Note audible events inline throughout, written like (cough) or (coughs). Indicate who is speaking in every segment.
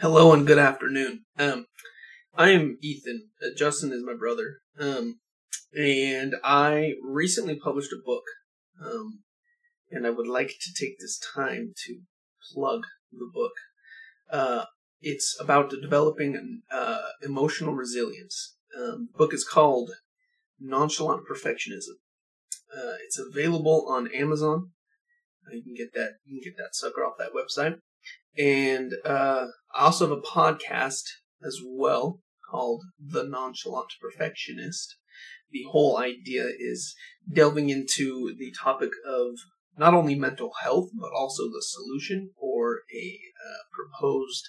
Speaker 1: Hello and good afternoon. Um, I am Ethan. Uh, Justin is my brother. Um, and I recently published a book. Um, and I would like to take this time to plug the book. Uh, it's about developing uh, emotional resilience. Um, the book is called Nonchalant Perfectionism. Uh, it's available on Amazon. Uh, You can get that. You can get that sucker off that website. And uh, I also have a podcast as well called The Nonchalant Perfectionist. The whole idea is delving into the topic of not only mental health, but also the solution or a uh, proposed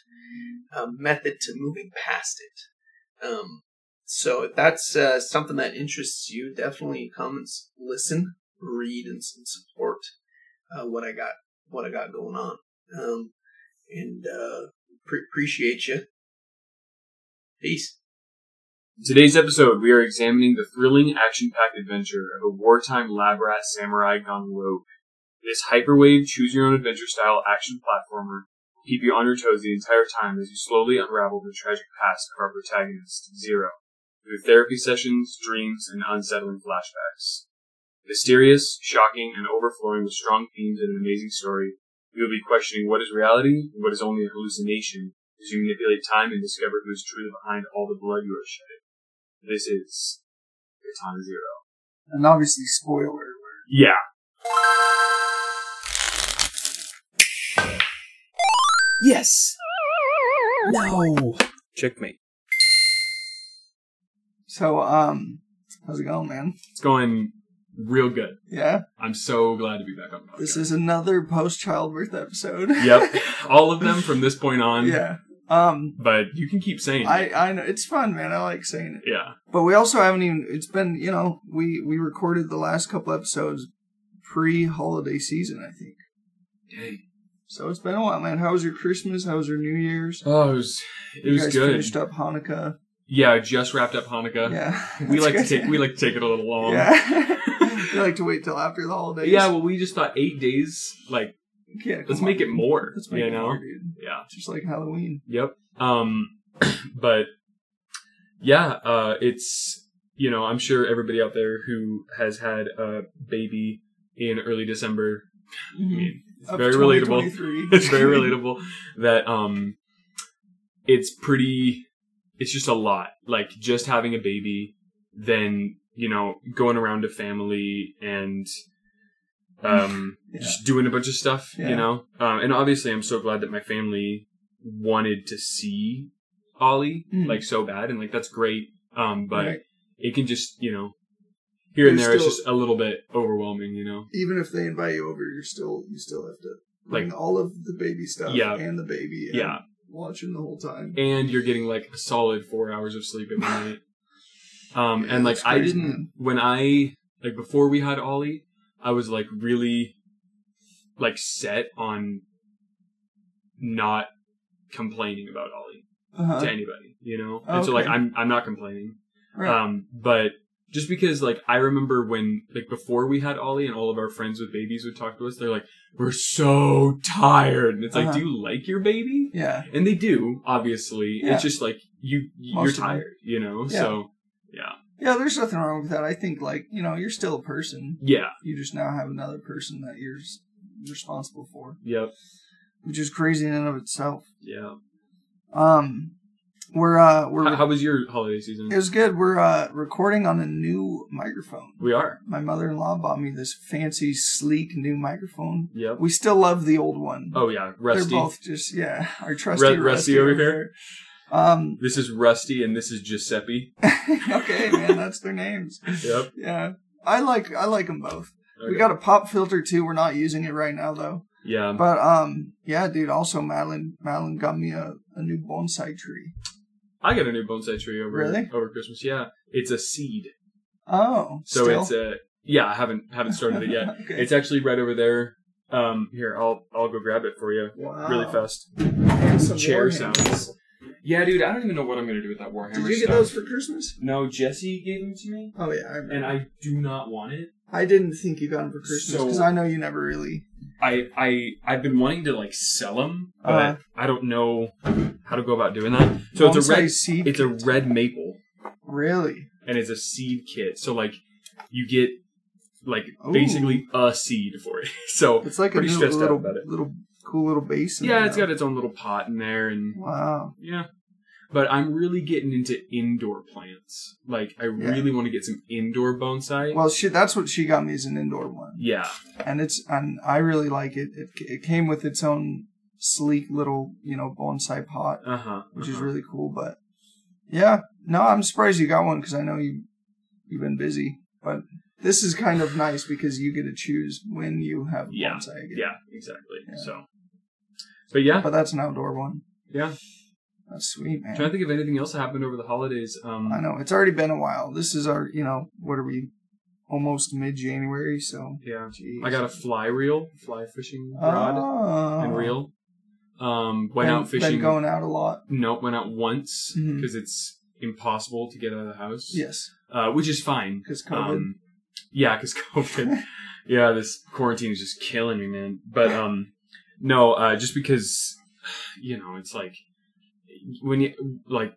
Speaker 1: uh, method to moving past it. Um, so if that's uh, something that interests you, definitely come and s- listen, read, and, s- and support uh, what I got, what I got going on. Um, and uh, pre- appreciate you. Peace.
Speaker 2: In today's episode, we are examining the thrilling action-packed adventure of a wartime lab rat samurai gone rogue. This hyperwave choose-your-own-adventure style action platformer will keep you on your toes the entire time as you slowly unravel the tragic past of our protagonist, Zero, through therapy sessions, dreams, and unsettling flashbacks. Mysterious, shocking, and overflowing with strong themes and an amazing story, you will be questioning what is reality and what is only a hallucination as you manipulate time and discover who is truly behind all the blood you are shedding. This is Katana Zero.
Speaker 3: And obviously, spoiler alert.
Speaker 2: Yeah.
Speaker 3: Yes! No!
Speaker 2: Checkmate.
Speaker 3: So, um, how's it going, man?
Speaker 2: It's going real good.
Speaker 3: Yeah?
Speaker 2: I'm so glad to be back on the podcast.
Speaker 3: This is another post childbirth episode.
Speaker 2: (laughs) Yep. All of them from this point
Speaker 3: (laughs)
Speaker 2: on.
Speaker 3: yeah. Um,
Speaker 2: But you can keep saying
Speaker 3: I,
Speaker 2: it.
Speaker 3: I know, it's fun, man. I like saying it.
Speaker 2: Yeah.
Speaker 3: But we also haven't even, it's been, you know, we, we recorded the last couple episodes pre holiday season, I think.
Speaker 2: Dang.
Speaker 3: So it's been a while, man. How was your Christmas? How was your New Year's?
Speaker 2: Oh, it was it
Speaker 3: you
Speaker 2: was
Speaker 3: guys
Speaker 2: good.
Speaker 3: finished up Hanukkah.
Speaker 2: Yeah, I just wrapped up Hanukkah.
Speaker 3: yeah.
Speaker 2: We
Speaker 3: (laughs) That's
Speaker 2: like to
Speaker 3: good.
Speaker 2: take we like to take it a little long.
Speaker 3: Yeah.
Speaker 2: (laughs)
Speaker 3: we like to wait till after the holidays.
Speaker 2: Um, Yeah, well we just thought eight days, like
Speaker 3: Yeah, come
Speaker 2: let's
Speaker 3: on,
Speaker 2: make it
Speaker 3: dude.
Speaker 2: more.
Speaker 3: Let's make
Speaker 2: you
Speaker 3: it
Speaker 2: know?
Speaker 3: more, dude.
Speaker 2: Yeah.
Speaker 3: Just like Halloween.
Speaker 2: Yep. Um, (clears throat) but yeah, uh, it's you know I'm sure everybody out there who has had a baby in early December. I
Speaker 3: Mm-hmm.
Speaker 2: mean, it's
Speaker 3: Of
Speaker 2: very relatable.
Speaker 3: 2023.
Speaker 2: (laughs) It's very relatable that um, it's pretty. It's just a lot. Like just having a baby, then you know going around to family and um
Speaker 3: (laughs) Yeah.
Speaker 2: just doing a bunch of stuff, you
Speaker 3: Yeah.
Speaker 2: know. Um, and obviously, I'm so glad that my family wanted to see Ollie
Speaker 3: Mm.
Speaker 2: like so bad, and like that's great. Um, but
Speaker 3: Right.
Speaker 2: it can just you know here and
Speaker 3: You're
Speaker 2: there,
Speaker 3: still-
Speaker 2: it's just a little bit overwhelming, you know.
Speaker 3: Even if they invite you over, you're still you still have to bring
Speaker 2: Like-
Speaker 3: all of the baby stuff
Speaker 2: Yeah.
Speaker 3: and the baby. And
Speaker 2: Yeah.
Speaker 3: watch him the whole time.
Speaker 2: And you're getting like a solid four hours of sleep every
Speaker 3: (laughs)
Speaker 2: night. Um,
Speaker 3: Yeah,
Speaker 2: and like
Speaker 3: that's
Speaker 2: I
Speaker 3: crazy,
Speaker 2: didn't
Speaker 3: man.
Speaker 2: when I like before we had Ollie, I was like really like set on not complaining about Ollie.
Speaker 3: Uh-huh.
Speaker 2: to anybody, you know.
Speaker 3: Oh,
Speaker 2: and so like
Speaker 3: okay.
Speaker 2: I'm I'm not complaining.
Speaker 3: Right.
Speaker 2: Um but just because like I remember when like before we had Ollie and all of our friends with babies would talk to us, they're like, We're so tired and it's like,
Speaker 3: Uh-huh.
Speaker 2: Do you like your baby?
Speaker 3: yeah.
Speaker 2: And they do, obviously.
Speaker 3: Yeah.
Speaker 2: It's just like you you're
Speaker 3: Most of them.
Speaker 2: tired, you know?
Speaker 3: Yeah.
Speaker 2: So yeah.
Speaker 3: Yeah, there's nothing wrong with that. I think like, you know, you're still a person.
Speaker 2: Yeah.
Speaker 3: You just now have another person that you're s- responsible for,
Speaker 2: Yep.
Speaker 3: which is crazy in and of itself.
Speaker 2: Yeah.
Speaker 3: Um we're uh we're
Speaker 2: How, how was your holiday season?
Speaker 3: it was good. We're uh recording on a new microphone.
Speaker 2: we are.
Speaker 3: My mother in law bought me this fancy, sleek new microphone.
Speaker 2: Yep.
Speaker 3: We still love the old one.
Speaker 2: Oh yeah.
Speaker 3: They're
Speaker 2: Rusty.
Speaker 3: both just yeah, our trusty
Speaker 2: Ru-
Speaker 3: rusty,
Speaker 2: Rusty over
Speaker 3: over
Speaker 2: here?
Speaker 3: here. Um, (laughs)
Speaker 2: This is Rusty and this is Giuseppe.
Speaker 3: okay, man, that's their names.
Speaker 2: Yep.
Speaker 3: Yeah, I like I like them both. (laughs) We
Speaker 2: Okay.
Speaker 3: got a pop filter too. We're not using it right now though.
Speaker 2: Yeah.
Speaker 3: But um, yeah, dude. Also, Madeline Madeline got me a, a new bonsai tree.
Speaker 2: I got a new bonsai tree over
Speaker 3: Really?
Speaker 2: over Christmas. Yeah, it's a seed,
Speaker 3: Oh,
Speaker 2: so
Speaker 3: still?
Speaker 2: it's a yeah. I haven't haven't started
Speaker 3: (laughs)
Speaker 2: it yet.
Speaker 3: okay.
Speaker 2: It's actually right over there. Um, here I'll I'll go grab it for you
Speaker 3: wow.
Speaker 2: really fast.
Speaker 3: And Oh. some
Speaker 2: chair
Speaker 3: warheads.
Speaker 2: sounds. Yeah, dude, I don't even know what I'm gonna do with that Warhammer
Speaker 3: Did you get
Speaker 2: stuff.
Speaker 3: those for Christmas?
Speaker 2: No, Jesse gave them to me,
Speaker 3: Oh yeah, I remember.
Speaker 2: and I do not want it.
Speaker 3: I didn't think you got them for Christmas because
Speaker 2: So-
Speaker 3: I know you never really
Speaker 2: I I I've been wanting to like sell them, but
Speaker 3: Uh-huh.
Speaker 2: I don't know how to go about doing that. So it's a
Speaker 3: Bonsai
Speaker 2: red
Speaker 3: seed.
Speaker 2: it's a red maple
Speaker 3: really
Speaker 2: and it's a seed kit. So like you get like
Speaker 3: Ooh.
Speaker 2: basically a seed for it. (laughs) So
Speaker 3: it's like a
Speaker 2: Pretty
Speaker 3: new
Speaker 2: stressed out
Speaker 3: little
Speaker 2: about it.
Speaker 3: little cool little basin.
Speaker 2: yeah,
Speaker 3: there
Speaker 2: it's
Speaker 3: now.
Speaker 2: got its own little pot in there and
Speaker 3: Wow.
Speaker 2: Yeah. But I'm really getting into indoor plants. Like I
Speaker 3: Yeah.
Speaker 2: really want to get some indoor bonsai.
Speaker 3: Well, she, that's what she got me is an indoor one,
Speaker 2: yeah.
Speaker 3: and it's and I really like it. It, it came with its own sleek little you know bonsai pot,
Speaker 2: Uh-huh.
Speaker 3: which is
Speaker 2: uh-huh.
Speaker 3: really cool. But yeah, no, I'm surprised you got one because I know you you've been busy, but this is kind of nice because you get to choose when you have a
Speaker 2: Yeah,
Speaker 3: bonsai. Again.
Speaker 2: Yeah, exactly.
Speaker 3: Yeah.
Speaker 2: So But yeah.
Speaker 3: but that's an outdoor one.
Speaker 2: Yeah.
Speaker 3: That's sweet, man.
Speaker 2: trying to think of anything else that happened over the holidays. Um
Speaker 3: I know it's already been a while. This is our, you know, what are we? Almost mid-January, so.
Speaker 2: Yeah.
Speaker 3: Jeez.
Speaker 2: I got a fly reel, fly fishing rod
Speaker 3: oh.
Speaker 2: and reel. Um went
Speaker 3: Been-
Speaker 2: out fishing.
Speaker 3: Been going out a lot.
Speaker 2: nope, went out once because
Speaker 3: Mhm.
Speaker 2: it's impossible to get out of the house.
Speaker 3: Yes,
Speaker 2: Uh, which is fine.
Speaker 3: because COVID.
Speaker 2: Um, yeah, because (laughs) COVID. yeah, this quarantine is just killing me, man. But um, no, uh, just because you know it's like when you like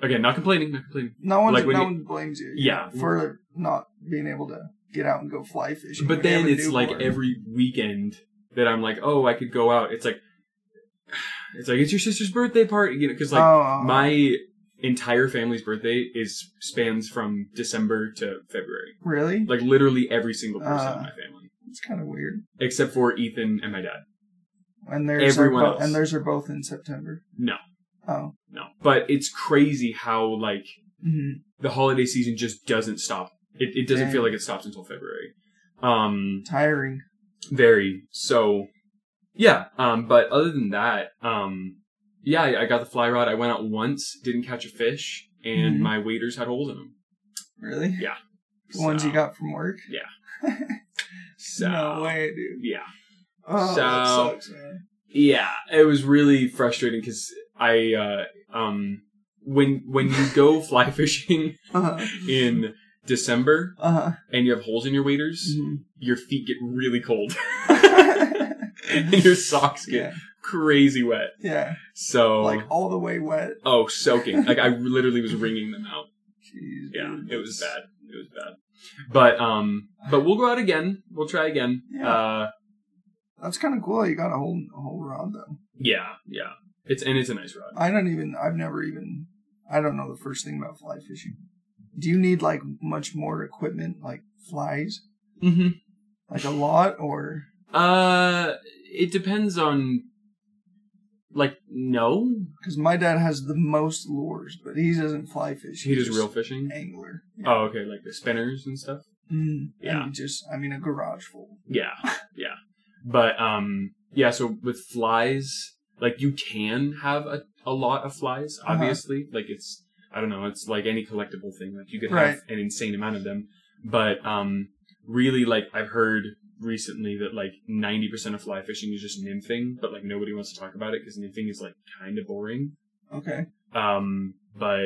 Speaker 2: again, not complaining, not complaining.
Speaker 3: no one,
Speaker 2: like when
Speaker 3: no
Speaker 2: you-
Speaker 3: one blames you.
Speaker 2: Yeah.
Speaker 3: for not being able to get out and go fly fishing.
Speaker 2: But
Speaker 3: when you have
Speaker 2: then
Speaker 3: a
Speaker 2: it's like
Speaker 3: newborn.
Speaker 2: every weekend that I'm like, oh, I could go out. It's like (sighs) it's like it's your sister's birthday party, you know, because like
Speaker 3: Oh, oh,
Speaker 2: my entire family's birthday is spans from December to February.
Speaker 3: really?
Speaker 2: Like literally every single person
Speaker 3: Uh.
Speaker 2: in my family,
Speaker 3: It's kind of weird.
Speaker 2: except for Ethan and my dad.
Speaker 3: And there's
Speaker 2: Everyone
Speaker 3: are bo-
Speaker 2: else.
Speaker 3: and theirs are both in September.
Speaker 2: No.
Speaker 3: Oh.
Speaker 2: No. But it's crazy how like
Speaker 3: Mhm.
Speaker 2: the holiday season just doesn't stop. It, it doesn't
Speaker 3: Dang.
Speaker 2: feel like it stops until February. Um
Speaker 3: Tiring.
Speaker 2: very so yeah, um but other than that, um yeah, I, I got the fly rod. I went out once, didn't catch a fish, and
Speaker 3: Mhm.
Speaker 2: my waders had holes in them.
Speaker 3: Really? The
Speaker 2: So-
Speaker 3: ones you got from work? (laughs)
Speaker 2: So
Speaker 3: No way, dude.
Speaker 2: yeah.
Speaker 3: Oh, that
Speaker 2: So-
Speaker 3: sucks, man.
Speaker 2: Yeah, it was really frustrating cuz I uh um when when you go (laughs) fly fishing
Speaker 3: Uh-huh.
Speaker 2: in December
Speaker 3: Uh-huh.
Speaker 2: and you have holes in your waders, (laughs)
Speaker 3: Mhm.
Speaker 2: your feet get really cold (laughs) and your socks get
Speaker 3: (laughs) yeah,
Speaker 2: crazy wet.
Speaker 3: yeah,
Speaker 2: So,
Speaker 3: like all the way wet.
Speaker 2: oh, soaking. like I literally was wringing them out.
Speaker 3: Jeez,
Speaker 2: Yeah,
Speaker 3: dude.
Speaker 2: it was bad. It was bad. But um, but we'll go out again. We'll try again.
Speaker 3: Yeah.
Speaker 2: Uh,
Speaker 3: That's kind of cool. You got a whole a whole rod though.
Speaker 2: yeah, yeah. It's and it's a nice rod.
Speaker 3: I don't even. I've never even. I don't know the first thing about fly fishing. Do you need like much more equipment, like flies,
Speaker 2: Mm-hmm.
Speaker 3: like a lot, or
Speaker 2: Uh, it depends on. Like no,
Speaker 3: because my dad has the most lures, but he doesn't fly fish.
Speaker 2: he does
Speaker 3: just
Speaker 2: real fishing.
Speaker 3: angler.
Speaker 2: Oh, okay, like the spinners and stuff.
Speaker 3: Mm,
Speaker 2: Yeah.
Speaker 3: and just I mean a garage full.
Speaker 2: (laughs) Yeah, yeah. But um, yeah. So with flies, like you can have a, a lot of flies.
Speaker 3: Uh-huh.
Speaker 2: Obviously, like it's I don't know. It's like any collectible thing. Like you could
Speaker 3: Right.
Speaker 2: have an insane amount of them. But um, really, like I've heard recently that like ninety percent of fly fishing is just nymphing, but like nobody wants to talk about it because nymphing is like kind of boring.
Speaker 3: Okay,
Speaker 2: Um, but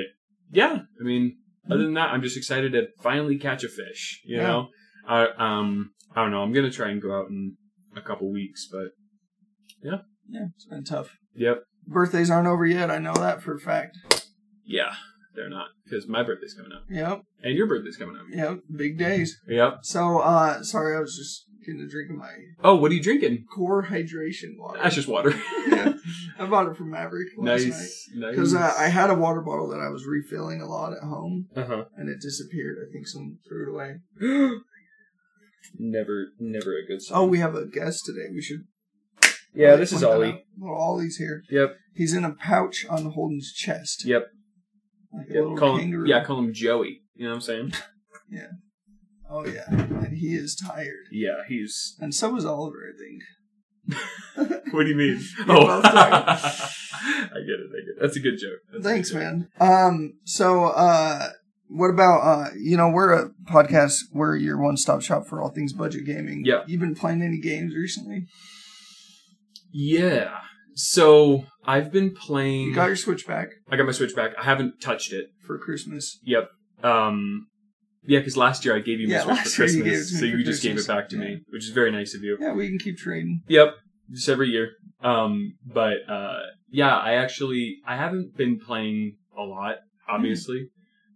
Speaker 2: yeah, I mean, other than that, I'm just excited to finally catch a fish. You
Speaker 3: Yeah.
Speaker 2: know, I um, I don't know. I'm gonna try and go out in a couple weeks, but
Speaker 3: yeah, it's been tough.
Speaker 2: yep,
Speaker 3: Birthdays aren't over yet. I know that for a fact.
Speaker 2: yeah, they're not because my birthday's coming up
Speaker 3: Yep,
Speaker 2: and your birthday's coming up.
Speaker 3: yep, big days.
Speaker 2: Yep.
Speaker 3: So, uh, sorry, I was just getting a drink of my
Speaker 2: Oh, what are you drinking?
Speaker 3: core hydration water.
Speaker 2: That's just water. (laughs)
Speaker 3: yeah, (laughs) I bought it from Maverick last night. 'Cause
Speaker 2: nice, nice.
Speaker 3: Because uh, I had a water bottle that I was refilling a lot at home,
Speaker 2: uh-huh.
Speaker 3: and it disappeared. I think someone threw it away.
Speaker 2: never, never a good sign.
Speaker 3: Oh, we have a guest today. We should.
Speaker 2: yeah, this is
Speaker 3: point that
Speaker 2: Ollie.
Speaker 3: out. Well, Ollie's here.
Speaker 2: Yep,
Speaker 3: He's in a pouch on Holden's chest.
Speaker 2: yep,
Speaker 3: Like a
Speaker 2: yep.
Speaker 3: little
Speaker 2: Call him,
Speaker 3: kangaroo.
Speaker 2: yeah, call him Joey. You know what
Speaker 3: (laughs)
Speaker 2: I'm saying?
Speaker 3: Oh yeah, and he is tired.
Speaker 2: yeah, he's
Speaker 3: And so is Oliver, I think.
Speaker 2: (laughs) What do you mean?
Speaker 3: both
Speaker 2: (laughs)
Speaker 3: tired.
Speaker 2: I get it. I get it. That's a good joke. That's a
Speaker 3: Thanks,
Speaker 2: good joke.
Speaker 3: man. Um, so uh, what about uh, you know, we're a podcast, we're your one stop shop for all things budget gaming.
Speaker 2: Yeah.
Speaker 3: You been playing any games recently?
Speaker 2: Yeah. So I've been playing.
Speaker 3: You got your Switch back
Speaker 2: I got my Switch back. I haven't touched it.
Speaker 3: for Christmas.
Speaker 2: Um. Yeah, because last year I gave you
Speaker 3: Yeah,
Speaker 2: Mistress for
Speaker 3: last year you gave it
Speaker 2: Christmas,
Speaker 3: to me
Speaker 2: so
Speaker 3: for
Speaker 2: you just gave it
Speaker 3: Christmas.
Speaker 2: back to
Speaker 3: Yeah.
Speaker 2: me, which is very nice of you.
Speaker 3: Yeah, we can keep trading.
Speaker 2: Yep, just every year. Um, but uh, yeah, I actually I haven't been playing a lot, obviously.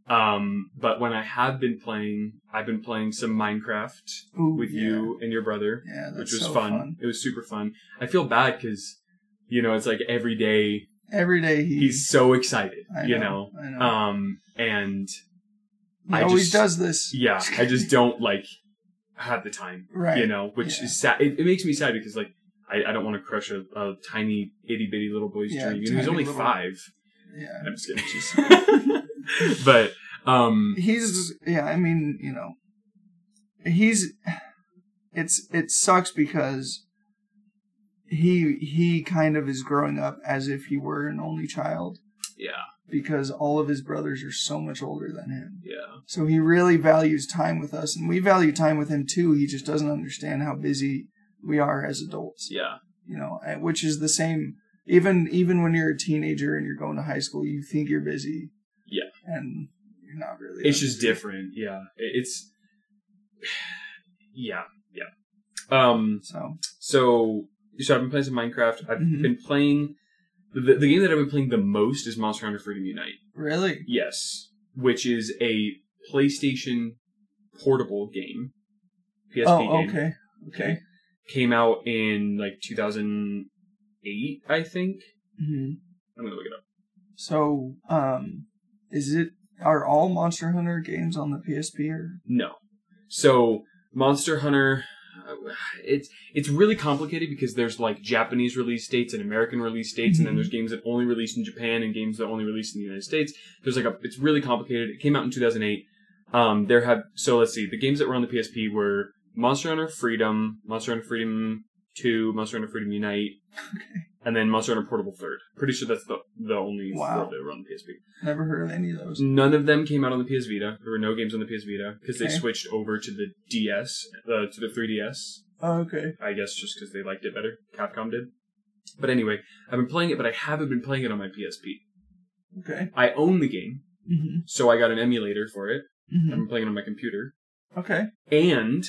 Speaker 2: Um, but when I have been playing, I've been playing some Minecraft
Speaker 3: Ooh,
Speaker 2: with
Speaker 3: yeah.
Speaker 2: you and your brother,
Speaker 3: Yeah, that's
Speaker 2: which was
Speaker 3: so
Speaker 2: fun. It was super fun. I feel bad because you know it's like every day
Speaker 3: Every day he,
Speaker 2: he's so excited,
Speaker 3: I
Speaker 2: you know.
Speaker 3: I know.
Speaker 2: Um, and
Speaker 3: he
Speaker 2: I
Speaker 3: always
Speaker 2: just-
Speaker 3: does this.
Speaker 2: yeah, I just don't like have the time
Speaker 3: Right.
Speaker 2: you know, which
Speaker 3: Yeah.
Speaker 2: is sad. It, it makes me sad because like I, I don't want to crush a, a tiny itty bitty little boy's
Speaker 3: Yeah,
Speaker 2: dream. And he's
Speaker 3: tiny
Speaker 2: only
Speaker 3: little-
Speaker 2: five.
Speaker 3: Yeah.
Speaker 2: I'm just (laughs) kidding. but um,
Speaker 3: He's yeah, I mean, you know. He's it's it sucks because he he kind of is growing up as if he were an only child
Speaker 2: yeah,
Speaker 3: because all of his brothers are so much older than him.
Speaker 2: yeah,
Speaker 3: So he really values time with us, and we value time with him too. He just doesn't understand how busy we are as adults,
Speaker 2: yeah,
Speaker 3: you know, and- which is the same. Even even when you're a teenager and you're going to high school, you think you're busy.
Speaker 2: Yeah.
Speaker 3: and you're not really.
Speaker 2: it's just different. Yeah, It- it's (sighs) yeah, yeah. Um,
Speaker 3: So
Speaker 2: so so I've been playing some Minecraft. I've
Speaker 3: Mhm.
Speaker 2: been playing the, the game that I've been playing the most is Monster Hunter Freedom Unite.
Speaker 3: really,
Speaker 2: Yes, which is a PlayStation portable game. PSP
Speaker 3: oh
Speaker 2: game.
Speaker 3: okay, okay,
Speaker 2: Came out in like 2008, I think.
Speaker 3: hmm
Speaker 2: I'm gonna look it up.
Speaker 3: So um, is it are all Monster Hunter games on the PSP or
Speaker 2: No. So Monster Hunter, uh, it's it's really complicated because there's like Japanese release dates and American release dates, and then
Speaker 3: Mhm.
Speaker 2: there's games that only released in Japan and games that only released in the United States. There's like a it's really complicated. It came out in 2008. Um, there have so let's see the games that were on the PSP were Monster Hunter Freedom, Monster Hunter Freedom Two, Monster Hunter Freedom Unite, and then Monster Hunter Portable Third. Pretty sure that's the the only
Speaker 3: Wow.
Speaker 2: four that were on the PSP.
Speaker 3: never heard of any of those?
Speaker 2: None of them came out on the PS Vita. There were no games on the PS Vita because they
Speaker 3: Okay.
Speaker 2: switched over to the DS, uh, to the 3DS.
Speaker 3: Oh, okay,
Speaker 2: I guess just because they liked it better. Capcom did. But anyway, I've been playing it, but I haven't been playing it on my PSP.
Speaker 3: okay,
Speaker 2: I own the game,
Speaker 3: hmm
Speaker 2: so I got an emulator for it. I've
Speaker 3: hmm
Speaker 2: been playing it on my computer.
Speaker 3: okay.
Speaker 2: And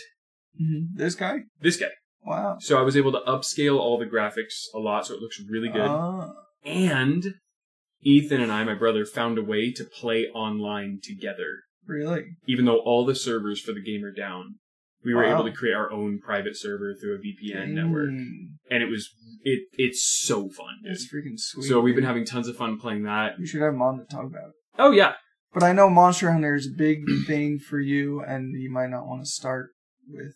Speaker 3: hmm This guy,
Speaker 2: this guy.
Speaker 3: wow,
Speaker 2: So I was able to upscale all the graphics a lot, so it looks really good.
Speaker 3: Ah.
Speaker 2: and Ethan and I, my brother, found a way to play online together.
Speaker 3: Really?
Speaker 2: even though all the servers for the game are down. We were
Speaker 3: Wow.
Speaker 2: able to create our own private server through a VPN network,
Speaker 3: Dang.
Speaker 2: and it was it it's so fun. dude.
Speaker 3: That's freaking sweet.
Speaker 2: So we've been
Speaker 3: dude.
Speaker 2: having tons of fun playing that.
Speaker 3: We should have him on to talk about it.
Speaker 2: Oh yeah,
Speaker 3: But I know Monster Hunter is a
Speaker 2: (clears throat)
Speaker 3: big thing for you, and you might not want to start with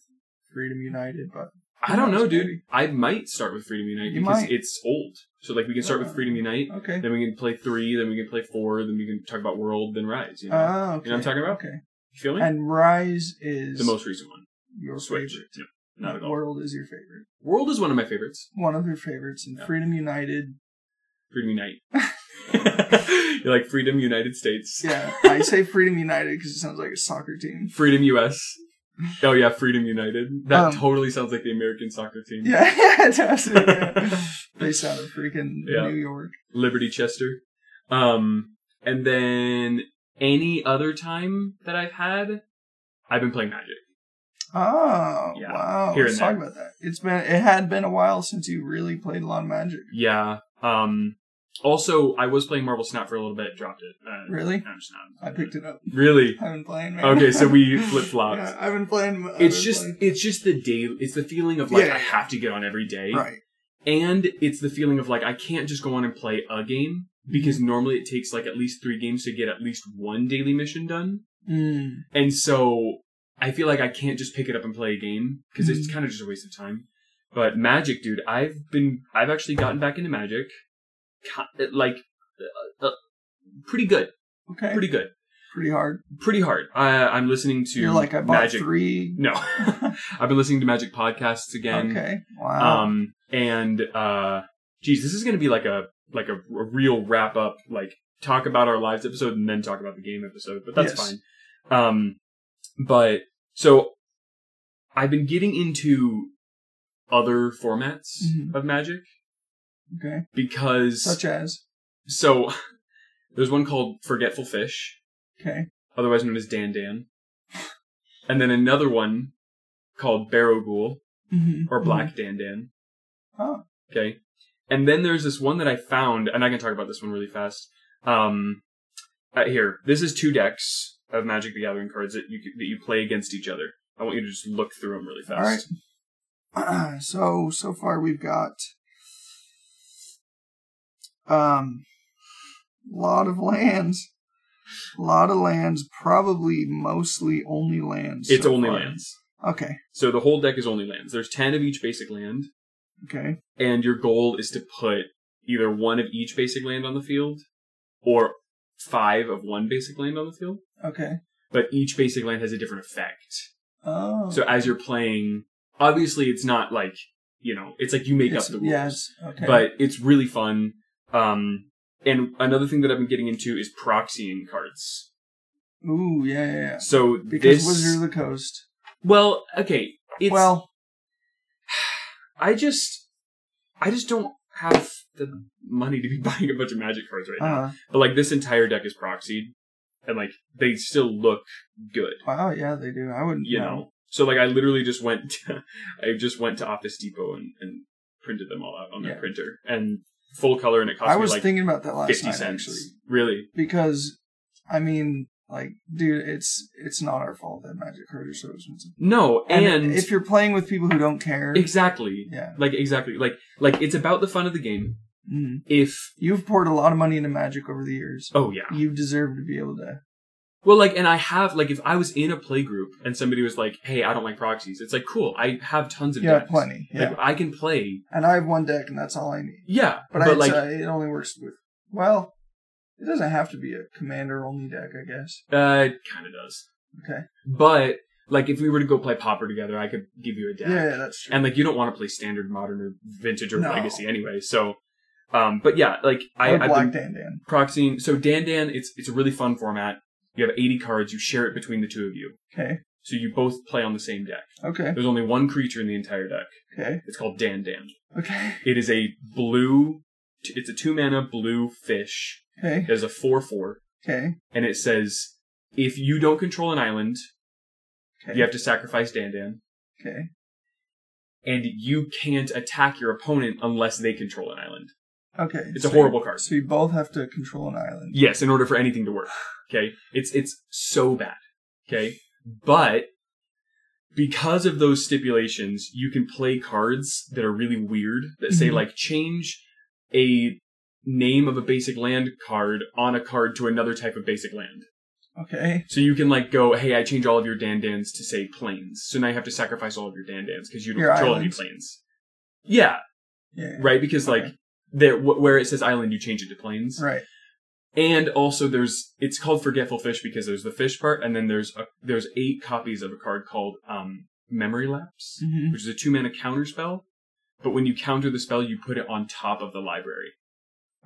Speaker 3: Freedom United, but
Speaker 2: I don't know, dude.
Speaker 3: Maybe.
Speaker 2: I might start with Freedom Unite
Speaker 3: You
Speaker 2: because
Speaker 3: might. Oh.
Speaker 2: it's old. So like we can start with Freedom Unite,
Speaker 3: okay.
Speaker 2: then we can play three, then we can play four, then we can talk about World, then Rise. You know,
Speaker 3: Ah, okay.
Speaker 2: You know what I'm talking about?
Speaker 3: Okay.
Speaker 2: you feel me?
Speaker 3: And Rise is
Speaker 2: the most recent one,
Speaker 3: your
Speaker 2: Switch.
Speaker 3: favorite.
Speaker 2: No, not at all.
Speaker 3: World is your favorite.
Speaker 2: World is one of my favorites.
Speaker 3: One of your favorites, and
Speaker 2: Yeah.
Speaker 3: Freedom United. (laughs)
Speaker 2: Freedom (laughs) Unite. You're like Freedom United States.
Speaker 3: Yeah, I say
Speaker 2: (laughs)
Speaker 3: Freedom United because it sounds like a soccer team.
Speaker 2: Freedom US. Oh yeah, Freedom United.
Speaker 3: Um,
Speaker 2: That totally sounds like the American soccer team.
Speaker 3: Yeah, (laughs) it does. Yeah. they sound of freaking
Speaker 2: Yeah.
Speaker 3: New York.
Speaker 2: (laughs) Liberty Chester. Um, and then any other time that I've had, I've been playing Magic.
Speaker 3: Oh
Speaker 2: Yeah,
Speaker 3: wow!
Speaker 2: here
Speaker 3: Let's
Speaker 2: and there.
Speaker 3: talk about that. It's been it had been a while since you really played a lot of Magic.
Speaker 2: Yeah. Um, also, I was playing Marble Snap for a little bit. Dropped it. Uh,
Speaker 3: Really?
Speaker 2: No, just not.
Speaker 3: I picked it up.
Speaker 2: Really?
Speaker 3: I've been playing. Man.
Speaker 2: Okay,
Speaker 3: (laughs)
Speaker 2: so we flip flopped.
Speaker 3: Yeah, I've been playing. I've
Speaker 2: It's
Speaker 3: been
Speaker 2: just
Speaker 3: playing.
Speaker 2: it's just the day. It's the feeling of like
Speaker 3: Yeah.
Speaker 2: I have to get on every day.
Speaker 3: right.
Speaker 2: and it's the feeling of like I can't just go on and play a game because
Speaker 3: Mm-hmm.
Speaker 2: normally it takes like at least three games to get at least one daily mission done,
Speaker 3: Mm,
Speaker 2: and so I feel like I can't just pick it up and play a game because it's
Speaker 3: Mhm.
Speaker 2: kind of just a waste of time. But Magic, dude, I've been I've actually gotten back into Magic, ki- like uh, uh, pretty good,
Speaker 3: okay. Pretty,
Speaker 2: pretty good,
Speaker 3: hard.
Speaker 2: pretty hard. I, I'm listening to
Speaker 3: You're like I bought
Speaker 2: Magic.
Speaker 3: three.
Speaker 2: No, (laughs) I've been listening to Magic podcasts again.
Speaker 3: Okay. Wow.
Speaker 2: Um, and uh, geez, this is gonna be like a like a, a real wrap up, like talk about our lives episode and then talk about the game episode, but that's
Speaker 3: Yes.
Speaker 2: fine. Um, but so I've been getting into other formats
Speaker 3: Mhm.
Speaker 2: of Magic
Speaker 3: okay.
Speaker 2: because
Speaker 3: Such as.
Speaker 2: so (laughs) there's one called Forgetful Fish,
Speaker 3: Okay.
Speaker 2: otherwise known as Dan Dan. and then another one called Barrow Ghoul
Speaker 3: Mhm.
Speaker 2: or Black Dan Dan.
Speaker 3: Huh.
Speaker 2: Okay. And then there's this one that I found, and I can talk about this one really fast. Um, uh, here, this is two decks of Magic: The Gathering cards that you that you play against each other. I want you to just look through them really fast.
Speaker 3: All right. (clears throat) so so far we've got um lot of lands. A lot of lands, probably mostly only lands.
Speaker 2: It's
Speaker 3: so
Speaker 2: only
Speaker 3: far.
Speaker 2: lands.
Speaker 3: Okay.
Speaker 2: So the whole deck is only lands. There's ten of each basic land,
Speaker 3: Okay.
Speaker 2: and your goal is to put either one of each basic land on the field, or five of one basic land on the field.
Speaker 3: Okay.
Speaker 2: But each basic land has a different effect.
Speaker 3: Oh.
Speaker 2: So as you're playing, obviously it's not like you know, it's like you make
Speaker 3: It's-
Speaker 2: up the rules,
Speaker 3: Yes. Okay.
Speaker 2: but it's really fun. Um, and another thing that I've been getting into is proxying cards.
Speaker 3: Ooh, yeah, yeah, yeah.
Speaker 2: So
Speaker 3: Because
Speaker 2: this,
Speaker 3: Wizard of the Coast.
Speaker 2: well, okay, it's,
Speaker 3: well,
Speaker 2: I just, I just don't have the money to be (laughs) buying a bunch of magic cards right now.
Speaker 3: uh,
Speaker 2: But like this entire deck is proxied, and like they still look good.
Speaker 3: wow, yeah, they do. I wouldn't.
Speaker 2: you know. So like I literally just went (laughs) to, I just went to Office Depot and, and printed them all out on my
Speaker 3: Yeah.
Speaker 2: printer and full color and it cost
Speaker 3: I was
Speaker 2: me like
Speaker 3: thinking about that last
Speaker 2: fifty
Speaker 3: night
Speaker 2: cents.
Speaker 3: actually,
Speaker 2: Really?
Speaker 3: because I mean, like, dude, it's it's not our fault that Magic Card is so expensive.
Speaker 2: No, and,
Speaker 3: if you're playing with people who don't care,
Speaker 2: exactly.
Speaker 3: yeah,
Speaker 2: Like exactly. Like like it's about the fun of the game.
Speaker 3: mm,
Speaker 2: If
Speaker 3: you've poured a lot of money into Magic over the years.
Speaker 2: oh yeah.
Speaker 3: You deserve to be able to.
Speaker 2: Well like and I have like if I was in a play group and somebody was like, "Hey, I don't like proxies." It's like, "Cool. I have tons of
Speaker 3: Yeah,
Speaker 2: decks.
Speaker 3: plenty. Yeah,
Speaker 2: Like I can play."
Speaker 3: and I have one deck, and that's all I need.
Speaker 2: Yeah.
Speaker 3: But,
Speaker 2: But,
Speaker 3: I,
Speaker 2: like
Speaker 3: it only works with. Well, it doesn't have to be a commander only deck, I guess.
Speaker 2: Uh, it kind of does.
Speaker 3: Okay.
Speaker 2: But like, if we were to go play Popper together, I could give you a deck.
Speaker 3: Yeah, yeah, that's true.
Speaker 2: And like, you don't want to play Standard, Modern, or Vintage or
Speaker 3: No.
Speaker 2: Legacy anyway. So, um, but yeah, like I,
Speaker 3: I,
Speaker 2: I've
Speaker 3: Black Dan
Speaker 2: been
Speaker 3: Dan.
Speaker 2: proxying. So Dan Dan, it's it's a really fun format. You have 80 cards. You share it between the two of you.
Speaker 3: Okay.
Speaker 2: So you both play on the same deck.
Speaker 3: Okay.
Speaker 2: There's only one creature in the entire deck.
Speaker 3: Okay.
Speaker 2: It's called Dan Dan.
Speaker 3: Okay.
Speaker 2: It is a blue. t- It's a two mana blue fish.
Speaker 3: Okay.
Speaker 2: It is a four four,
Speaker 3: Okay.
Speaker 2: and it says if you don't control an island,
Speaker 3: Okay.
Speaker 2: You have to sacrifice Dandan,
Speaker 3: Okay.
Speaker 2: and you can't attack your opponent unless they control an island.
Speaker 3: Okay.
Speaker 2: It's
Speaker 3: so
Speaker 2: a horrible card.
Speaker 3: So you both have to control an island.
Speaker 2: Yes, in order for anything to work. Okay, it's it's so bad. Okay, but because of those stipulations, you can play cards that are really weird that say
Speaker 3: Mhm.
Speaker 2: like change a name of a basic land card on a card to another type of basic land.
Speaker 3: Okay.
Speaker 2: So you can like go, hey, I change all of your dandans to say planes. So now you have to sacrifice all of your dandans because you don't
Speaker 3: Your
Speaker 2: control
Speaker 3: islands.
Speaker 2: any planes. Yeah,
Speaker 3: Yeah.
Speaker 2: right. Because like
Speaker 3: Okay.
Speaker 2: there, wh- where it says island, you change it to planes.
Speaker 3: Right.
Speaker 2: And also, there's it's called forgetful fish because there's the fish part, and then there's a, there's eight copies of a card called um, memory lapse,
Speaker 3: hmm
Speaker 2: which is a two mana counter spell. But when you counter the spell, you put it on top of the library.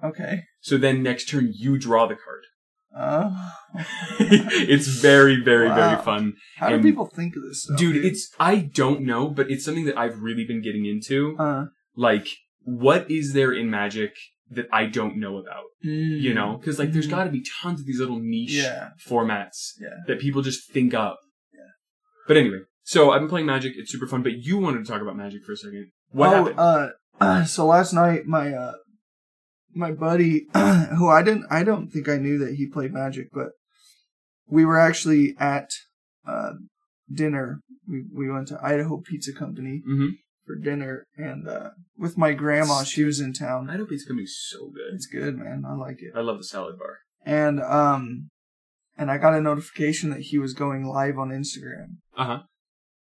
Speaker 3: Okay.
Speaker 2: So then next turn, you draw
Speaker 3: (laughs)
Speaker 2: the card.
Speaker 3: Uh,
Speaker 2: it's very, very,
Speaker 3: Wow.
Speaker 2: very fun.
Speaker 3: how do
Speaker 2: and-
Speaker 3: people think of this stuff?
Speaker 2: dude it's i don't know but it's something that i've really been getting into
Speaker 3: Uh,
Speaker 2: like what is there in magic that i don't know about
Speaker 3: mm,
Speaker 2: you know because like there's
Speaker 3: Mhm.
Speaker 2: got to be tons of these little niche
Speaker 3: Yeah.
Speaker 2: formats
Speaker 3: Yeah.
Speaker 2: that people just think up but anyway so i've been playing magic it's super fun but you wanted to talk about magic for a second what
Speaker 3: oh,
Speaker 2: happened
Speaker 3: Uh, uh, (clears throat) so last night, my uh, my buddy, (clears throat) who I didn't, I don't think I knew that he played Magic, but we were actually at uh, dinner. We we went to Idaho Pizza Company
Speaker 2: Mhm.
Speaker 3: for dinner, and uh, with my grandma, she was in town.
Speaker 2: idaho pizza company's so good
Speaker 3: It's good, man. I like it.
Speaker 2: i love the salad bar
Speaker 3: And um, and I got a notification that he was going live on Instagram.
Speaker 2: uh-huh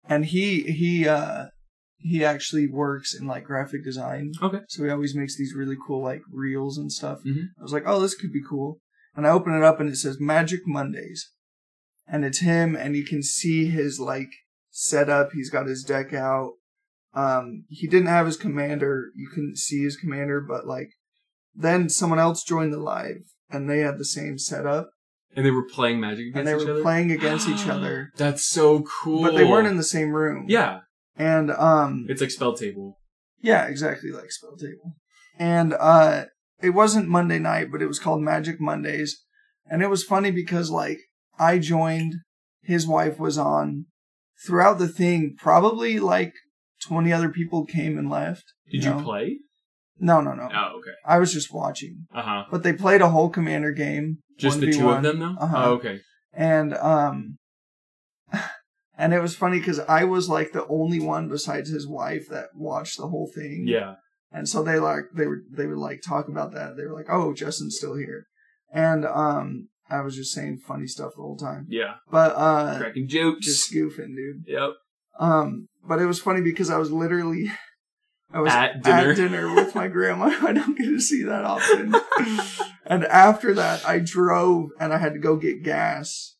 Speaker 3: and he he uh he actually works in like graphic design
Speaker 2: Okay.
Speaker 3: so he always makes these really cool like reels and stuff
Speaker 2: Mhm.
Speaker 3: i was like oh this could be cool and i open it up and it says magic mondays and it's him and you can see his like setup he's got his deck out um he didn't have his commander you couldn't see his commander but like then someone else joined the live and they had the same setup
Speaker 2: and they were playing magic against
Speaker 3: and they
Speaker 2: each
Speaker 3: were
Speaker 2: other
Speaker 3: playing against
Speaker 2: (gasps)
Speaker 3: each other
Speaker 2: that's so cool
Speaker 3: but they weren't in the same room
Speaker 2: yeah
Speaker 3: and um
Speaker 2: it's like spell table
Speaker 3: Yeah, exactly like Spell Table. And uh it wasn't Monday night, but it was called Magic Mondays. And it was funny because like I joined, his wife was on, throughout the thing, probably like 20 other people came and left.
Speaker 2: Did you
Speaker 3: know?
Speaker 2: play?
Speaker 3: No, no, no.
Speaker 2: Oh, okay.
Speaker 3: I was just watching.
Speaker 2: Uh huh.
Speaker 3: But they played a whole commander game.
Speaker 2: Just the
Speaker 3: 1v1,
Speaker 2: two of them, though.
Speaker 3: Uh-huh.
Speaker 2: Oh, okay.
Speaker 3: And um (laughs) and it was funny cuz I was like the only one besides his wife that watched the whole thing.
Speaker 2: Yeah.
Speaker 3: And so they like they were they would like talk about that. They were like, "Oh, Justin's still here." And um I was just saying funny stuff the whole time.
Speaker 2: Yeah.
Speaker 3: But uh
Speaker 2: Cracking jokes.
Speaker 3: just goofing, dude.
Speaker 2: Yep.
Speaker 3: Um, but it was funny because I was literally I was
Speaker 2: At
Speaker 3: at
Speaker 2: dinner.
Speaker 3: dinner, with my grandma. (laughs) I don't get to see that
Speaker 2: (laughs)
Speaker 3: often. and after that, I drove and I had to go get gas.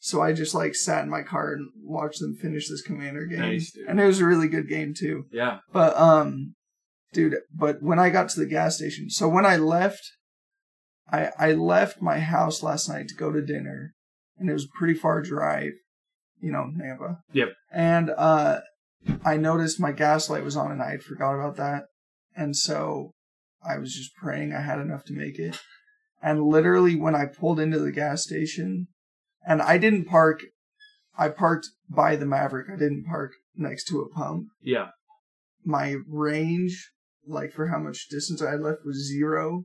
Speaker 3: So I just like sat in my car and watched them finish this commander game.
Speaker 2: Nice, dude.
Speaker 3: and it was a really good game too.
Speaker 2: Yeah.
Speaker 3: But um dude, but when I got to the gas station, so when I left I I left my house last night to go to dinner and it was a pretty far drive, you know, Napa.
Speaker 2: Yep.
Speaker 3: And uh I noticed my gas light was on and I had forgot about that. And so I was just praying I had enough to make it. And literally when I pulled into the gas station and I didn't park I parked by the Maverick. I didn't park next to a pump
Speaker 2: Yeah.
Speaker 3: my range, like for how much distance I had left, was zero,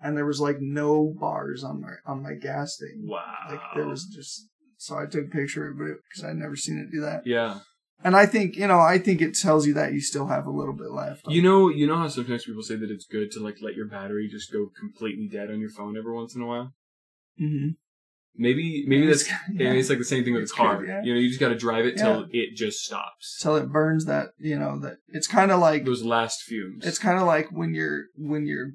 Speaker 3: and there was like no bars on my on my gas thing.
Speaker 2: Wow.
Speaker 3: Like there was just so I took a picture of it because I'd never seen it do that.
Speaker 2: Yeah.
Speaker 3: And I think you know I think it tells you that you still have a little bit left.
Speaker 2: You know, you know how sometimes people say that it's good to like let your battery just go completely dead on your phone every once in a while.
Speaker 3: hmm
Speaker 2: Maybe, maybe that's
Speaker 3: yeah.
Speaker 2: and it's like the same thing with
Speaker 3: It's
Speaker 2: a car.
Speaker 3: good, yeah.
Speaker 2: You know, you just got to drive it till it just stops.
Speaker 3: till it burns that you know that it's kind of like
Speaker 2: Those last fumes.
Speaker 3: it's kind of like when your when your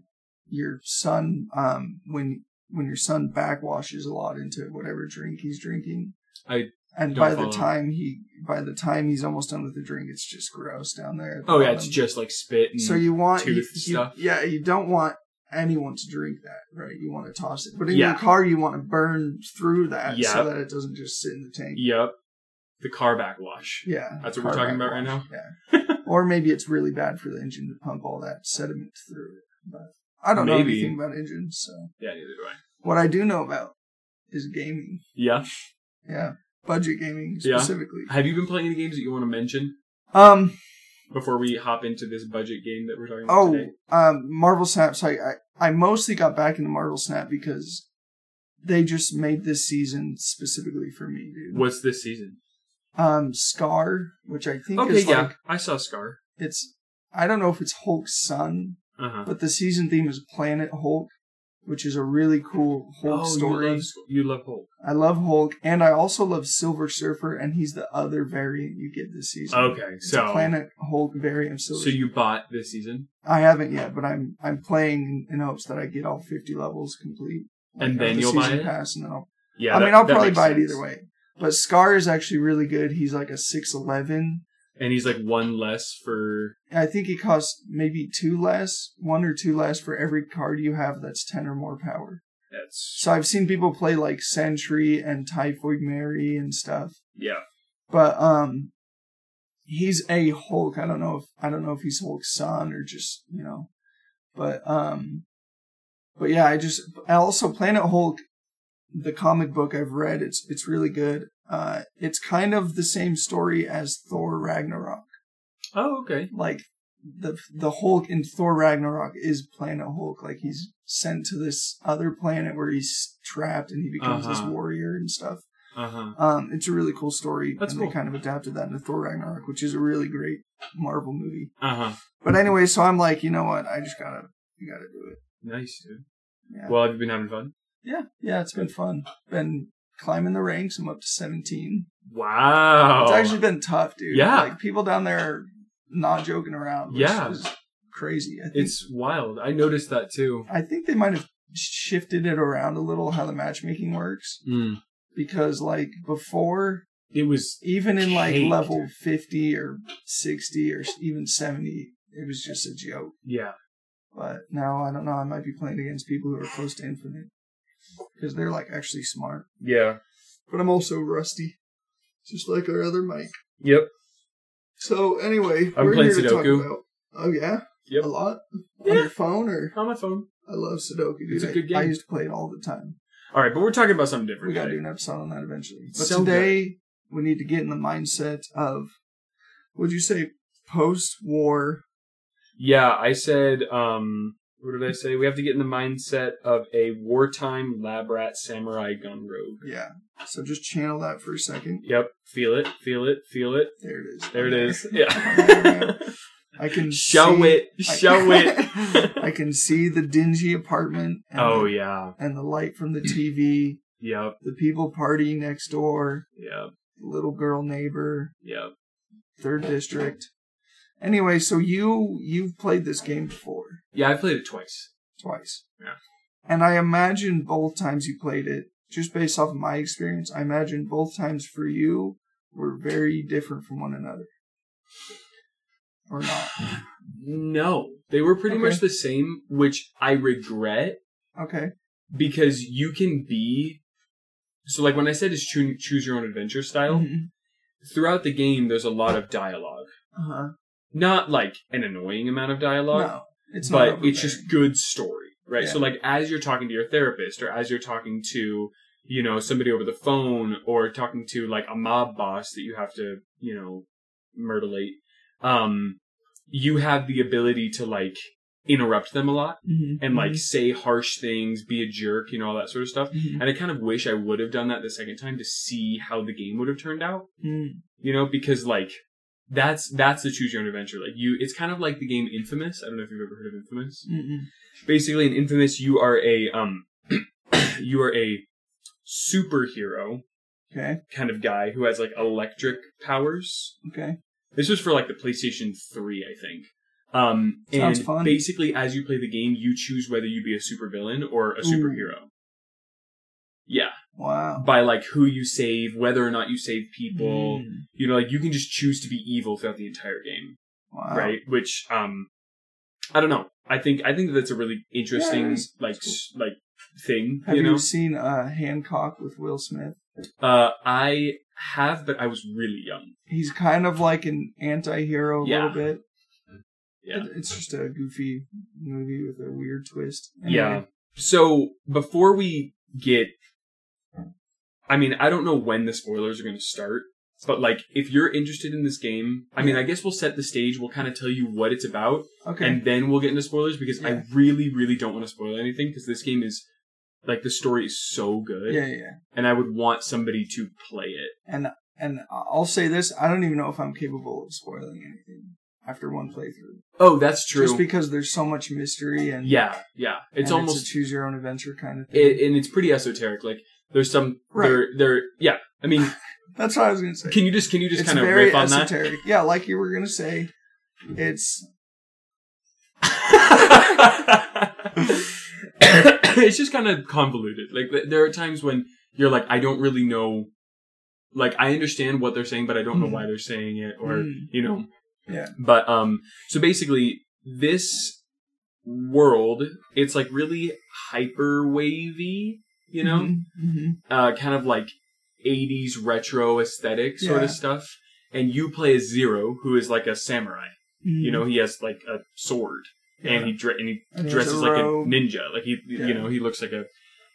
Speaker 3: your son um when when your son backwashes a lot into whatever drink he's drinking
Speaker 2: I
Speaker 3: and
Speaker 2: don't
Speaker 3: by the
Speaker 2: follow.
Speaker 3: time he by the time he's almost done with the drink it's just gross down there at the
Speaker 2: oh yeah, it's
Speaker 3: bottom.
Speaker 2: just like spit. And,
Speaker 3: so you want you,
Speaker 2: tooth
Speaker 3: you-
Speaker 2: stuff.
Speaker 3: yeah you don't want anyone to drink that right you want to toss it but in
Speaker 2: Yeah.
Speaker 3: your car you want to burn through that
Speaker 2: Yeah.
Speaker 3: so that it doesn't just sit in the tank
Speaker 2: Yep. The car backwash.
Speaker 3: yeah
Speaker 2: That's what we're
Speaker 3: car
Speaker 2: talking about right now?
Speaker 3: backwash,
Speaker 2: (laughs)
Speaker 3: yeah or maybe it's really bad for the engine to pump all that sediment through it but i don't know
Speaker 2: Maybe.
Speaker 3: anything about engines so
Speaker 2: Yeah, neither do I.
Speaker 3: what I do know about is gaming.
Speaker 2: Yeah.
Speaker 3: Yeah. Budget gaming
Speaker 2: Yeah.
Speaker 3: specifically.
Speaker 2: Have you been playing any games that you want to mention
Speaker 3: Um
Speaker 2: before we hop into this budget game that we're talking about
Speaker 3: oh
Speaker 2: today?
Speaker 3: um Marvel Snap. So I, I I mostly got back into Marvel Snap because they just made this season specifically for me, dude.
Speaker 2: What's this season?
Speaker 3: Um Scar, which I think
Speaker 2: Okay,
Speaker 3: is
Speaker 2: yeah,
Speaker 3: like
Speaker 2: I saw Scar.
Speaker 3: it's I don't know if it's Hulk's son,
Speaker 2: Uh huh.
Speaker 3: but the season theme is Planet Hulk, which is a really cool Hulk story.
Speaker 2: Oh, You love, you love Hulk.
Speaker 3: I love Hulk, and I also love Silver Surfer, and he's the other variant you get this season.
Speaker 2: Okay,
Speaker 3: It's
Speaker 2: so
Speaker 3: a Planet Hulk variant of Silver.
Speaker 2: so you bought this season,
Speaker 3: I haven't yet, but I'm I'm playing in, in hopes that I get all 50 levels complete.
Speaker 2: And
Speaker 3: Like,
Speaker 2: then
Speaker 3: have the
Speaker 2: you'll buy
Speaker 3: season
Speaker 2: it?
Speaker 3: Pass, and then I'll,
Speaker 2: yeah.
Speaker 3: I
Speaker 2: that-
Speaker 3: mean, I'll
Speaker 2: that
Speaker 3: probably
Speaker 2: makes
Speaker 3: buy it
Speaker 2: sense.
Speaker 3: either way. But Scar is actually really good. He's like a 6'11.
Speaker 2: And he's like one less for
Speaker 3: I think he costs maybe two less, one or two less for every card you have that's 10 or more power.
Speaker 2: that's
Speaker 3: So I've seen people play like Sentry and Typhoid Mary and stuff.
Speaker 2: yeah.
Speaker 3: but um he's a hulk i don't know if i don't know if he's hulk's son or just you know but um but yeah i just I also planet hulk the comic book i've read it's it's really good uh it's kind of the same story as thor ragnarok
Speaker 2: Oh okay.
Speaker 3: like the the hulk in thor ragnarok is planet hulk like he's sent to this other planet where he's trapped and he becomes this
Speaker 2: Uh-huh.
Speaker 3: warrior and stuff
Speaker 2: Uh huh.
Speaker 3: um, it's a really cool story,
Speaker 2: That's
Speaker 3: and
Speaker 2: cool.
Speaker 3: they kind of adapted that into Thor Ragnarok, which is a really great Marvel movie.
Speaker 2: Uh huh.
Speaker 3: But anyway, so I'm like, you know what? I just gotta, you gotta do it.
Speaker 2: Nice dude.
Speaker 3: Yeah.
Speaker 2: Well, have you been having fun?
Speaker 3: Yeah, yeah, it's been fun. Been climbing the ranks. I'm up to 17.
Speaker 2: Wow.
Speaker 3: It's actually been tough, dude.
Speaker 2: Oh. Yeah.
Speaker 3: like people down there are not joking around. Which
Speaker 2: Yeah.
Speaker 3: is crazy. I think,
Speaker 2: It's wild. I noticed that too.
Speaker 3: I think they might have shifted it around a little how the matchmaking works
Speaker 2: Mm.
Speaker 3: because like before
Speaker 2: It was
Speaker 3: even in like
Speaker 2: Caked.
Speaker 3: level 50 or 60 or s- even 70 it was just a joke
Speaker 2: yeah.
Speaker 3: but now i don't know i might be playing against people who are close to infinite because they're like actually smart
Speaker 2: Yeah.
Speaker 3: but i'm also rusty just like our other mic
Speaker 2: Yep.
Speaker 3: so anyway
Speaker 2: I'm
Speaker 3: we're
Speaker 2: playing
Speaker 3: here to talk
Speaker 2: Sudoku.
Speaker 3: about oh yeah
Speaker 2: Yep.
Speaker 3: a lot
Speaker 2: Yeah.
Speaker 3: on your phone or
Speaker 2: On my phone.
Speaker 3: i love sudoku dude.
Speaker 2: It's a
Speaker 3: I-
Speaker 2: good game.
Speaker 3: I, used to play it all the time
Speaker 2: All right, but we're talking about something different.
Speaker 3: we gotta
Speaker 2: today.
Speaker 3: do an episode on that eventually but
Speaker 2: So
Speaker 3: today we need to get in the mindset of would you say post war
Speaker 2: Yeah, I said. Um, what did I say? We have to get in the mindset of a wartime lab rat samurai gun rogue.
Speaker 3: yeah so just channel that for a second
Speaker 2: Yep, feel it, feel it, feel it.
Speaker 3: there it is
Speaker 2: There it is.
Speaker 3: Yeah.
Speaker 2: Yeah.
Speaker 3: i can
Speaker 2: (laughs) show
Speaker 3: see-
Speaker 2: it,
Speaker 3: (laughs)
Speaker 2: (laughs) show it.
Speaker 3: i can see the dingy apartment and,
Speaker 2: oh yeah,
Speaker 3: and the light from the tv
Speaker 2: yep,
Speaker 3: the people partying next door
Speaker 2: yep,
Speaker 3: little girl neighbor
Speaker 2: yep.
Speaker 3: third district anyway so you you've played this game before
Speaker 2: Yeah, I played it twice.
Speaker 3: twice.
Speaker 2: Yeah.
Speaker 3: And I imagine both times you played it, just based off of my experience, I imagine both times for you were very different from one another. Or not.
Speaker 2: No, they were pretty
Speaker 3: Okay.
Speaker 2: much the same, which I regret
Speaker 3: Okay.
Speaker 2: because you can be. So, like when I said, is choo- choose your own adventure style.
Speaker 3: Mhm.
Speaker 2: Throughout the game, there's a lot of dialogue.
Speaker 3: Uh-huh.
Speaker 2: Not like an annoying amount of dialogue,
Speaker 3: No. It's not
Speaker 2: but it's just good story, right? So
Speaker 3: Yeah.
Speaker 2: like as you're talking to your therapist or as you're talking to, you know, somebody over the phone or talking to like a mob boss that you have to, you know, myrtillate, um, you have the ability to like interrupt them a lot
Speaker 3: overbearing. Mhm.
Speaker 2: and like say harsh things, be a jerk, you know, all that sort of stuff.
Speaker 3: Mhm.
Speaker 2: And I kind of wish I would have done that the second time to see how the game would have turned out
Speaker 3: Mhm.
Speaker 2: you know because like that's that's the choose your own adventure like you it's kind of like the game infamous i don't know if you've ever heard of infamous
Speaker 3: Mhm.
Speaker 2: basically in infamous you are a um (clears throat) you are a superhero
Speaker 3: Okay.
Speaker 2: kind of guy who has like electric powers
Speaker 3: Okay.
Speaker 2: this was for like the playstation 3 i think um and
Speaker 3: Sounds fun.
Speaker 2: basically as you play the game you choose whether you be a supervillain or a
Speaker 3: Ooh.
Speaker 2: superhero yeah
Speaker 3: Wow.
Speaker 2: by like who you save whether or not you save people
Speaker 3: Mm.
Speaker 2: you know like you can just choose to be evil throughout the entire game
Speaker 3: Wow.
Speaker 2: right which um i don't know i think i think that's a really interesting
Speaker 3: Yeah, it's-
Speaker 2: like
Speaker 3: it's
Speaker 2: like thing
Speaker 3: Have
Speaker 2: you
Speaker 3: you,
Speaker 2: know
Speaker 3: seen uh, Hancock with Will Smith?
Speaker 2: uh i have but i was really young
Speaker 3: He's kind of like an anti-hero a
Speaker 2: Yeah.
Speaker 3: little bit.
Speaker 2: yeah
Speaker 3: It- It's just a goofy movie with a weird twist.
Speaker 2: yeah so before we get i mean i don't know when the spoilers are going to start but like if you're interested in this game i mean i guess we'll set the stage we'll kind of tell you what it's about
Speaker 3: Okay.
Speaker 2: and then we'll get into spoilers because
Speaker 3: Yeah.
Speaker 2: I really, really don't want to spoil anything because this game is like the story is so good,
Speaker 3: yeah, yeah, yeah.
Speaker 2: and I would want somebody to play it.
Speaker 3: And and I'll say this: I don't even know if I'm capable of spoiling anything after one playthrough,
Speaker 2: Oh, that's true.
Speaker 3: just because there's so much mystery and
Speaker 2: yeah, yeah.
Speaker 3: and
Speaker 2: It's almost
Speaker 3: a choose your own adventure kind of thing.
Speaker 2: it, and it's pretty esoteric. Like there's some
Speaker 3: Right.
Speaker 2: there there yeah. I mean, (laughs)
Speaker 3: That's what I was gonna say.
Speaker 2: can you just can you just
Speaker 3: it's
Speaker 2: kind of
Speaker 3: very
Speaker 2: riff on
Speaker 3: esoteric. Yeah, like you were gonna say, it's
Speaker 2: that? (laughs) it's just kind of convoluted. Like th- there are times when you're like, I don't really know. Like I understand what they're saying, but I don't know
Speaker 3: Mhm.
Speaker 2: why they're saying it, or
Speaker 3: Mm.
Speaker 2: you know
Speaker 3: Yeah.
Speaker 2: but um so basically this world it's like really hyper wavy you know
Speaker 3: Mhm, mhm.
Speaker 2: uh kind of like 80s retro aesthetic sort
Speaker 3: Yeah.
Speaker 2: of stuff and you play as zero who is like a samurai
Speaker 3: Mm-hmm.
Speaker 2: you know he has like a sword and he dre- and he
Speaker 3: And he's
Speaker 2: dresses
Speaker 3: a
Speaker 2: like a
Speaker 3: rogue.
Speaker 2: ninja. Like he,
Speaker 3: Yeah.
Speaker 2: you know, he looks like a.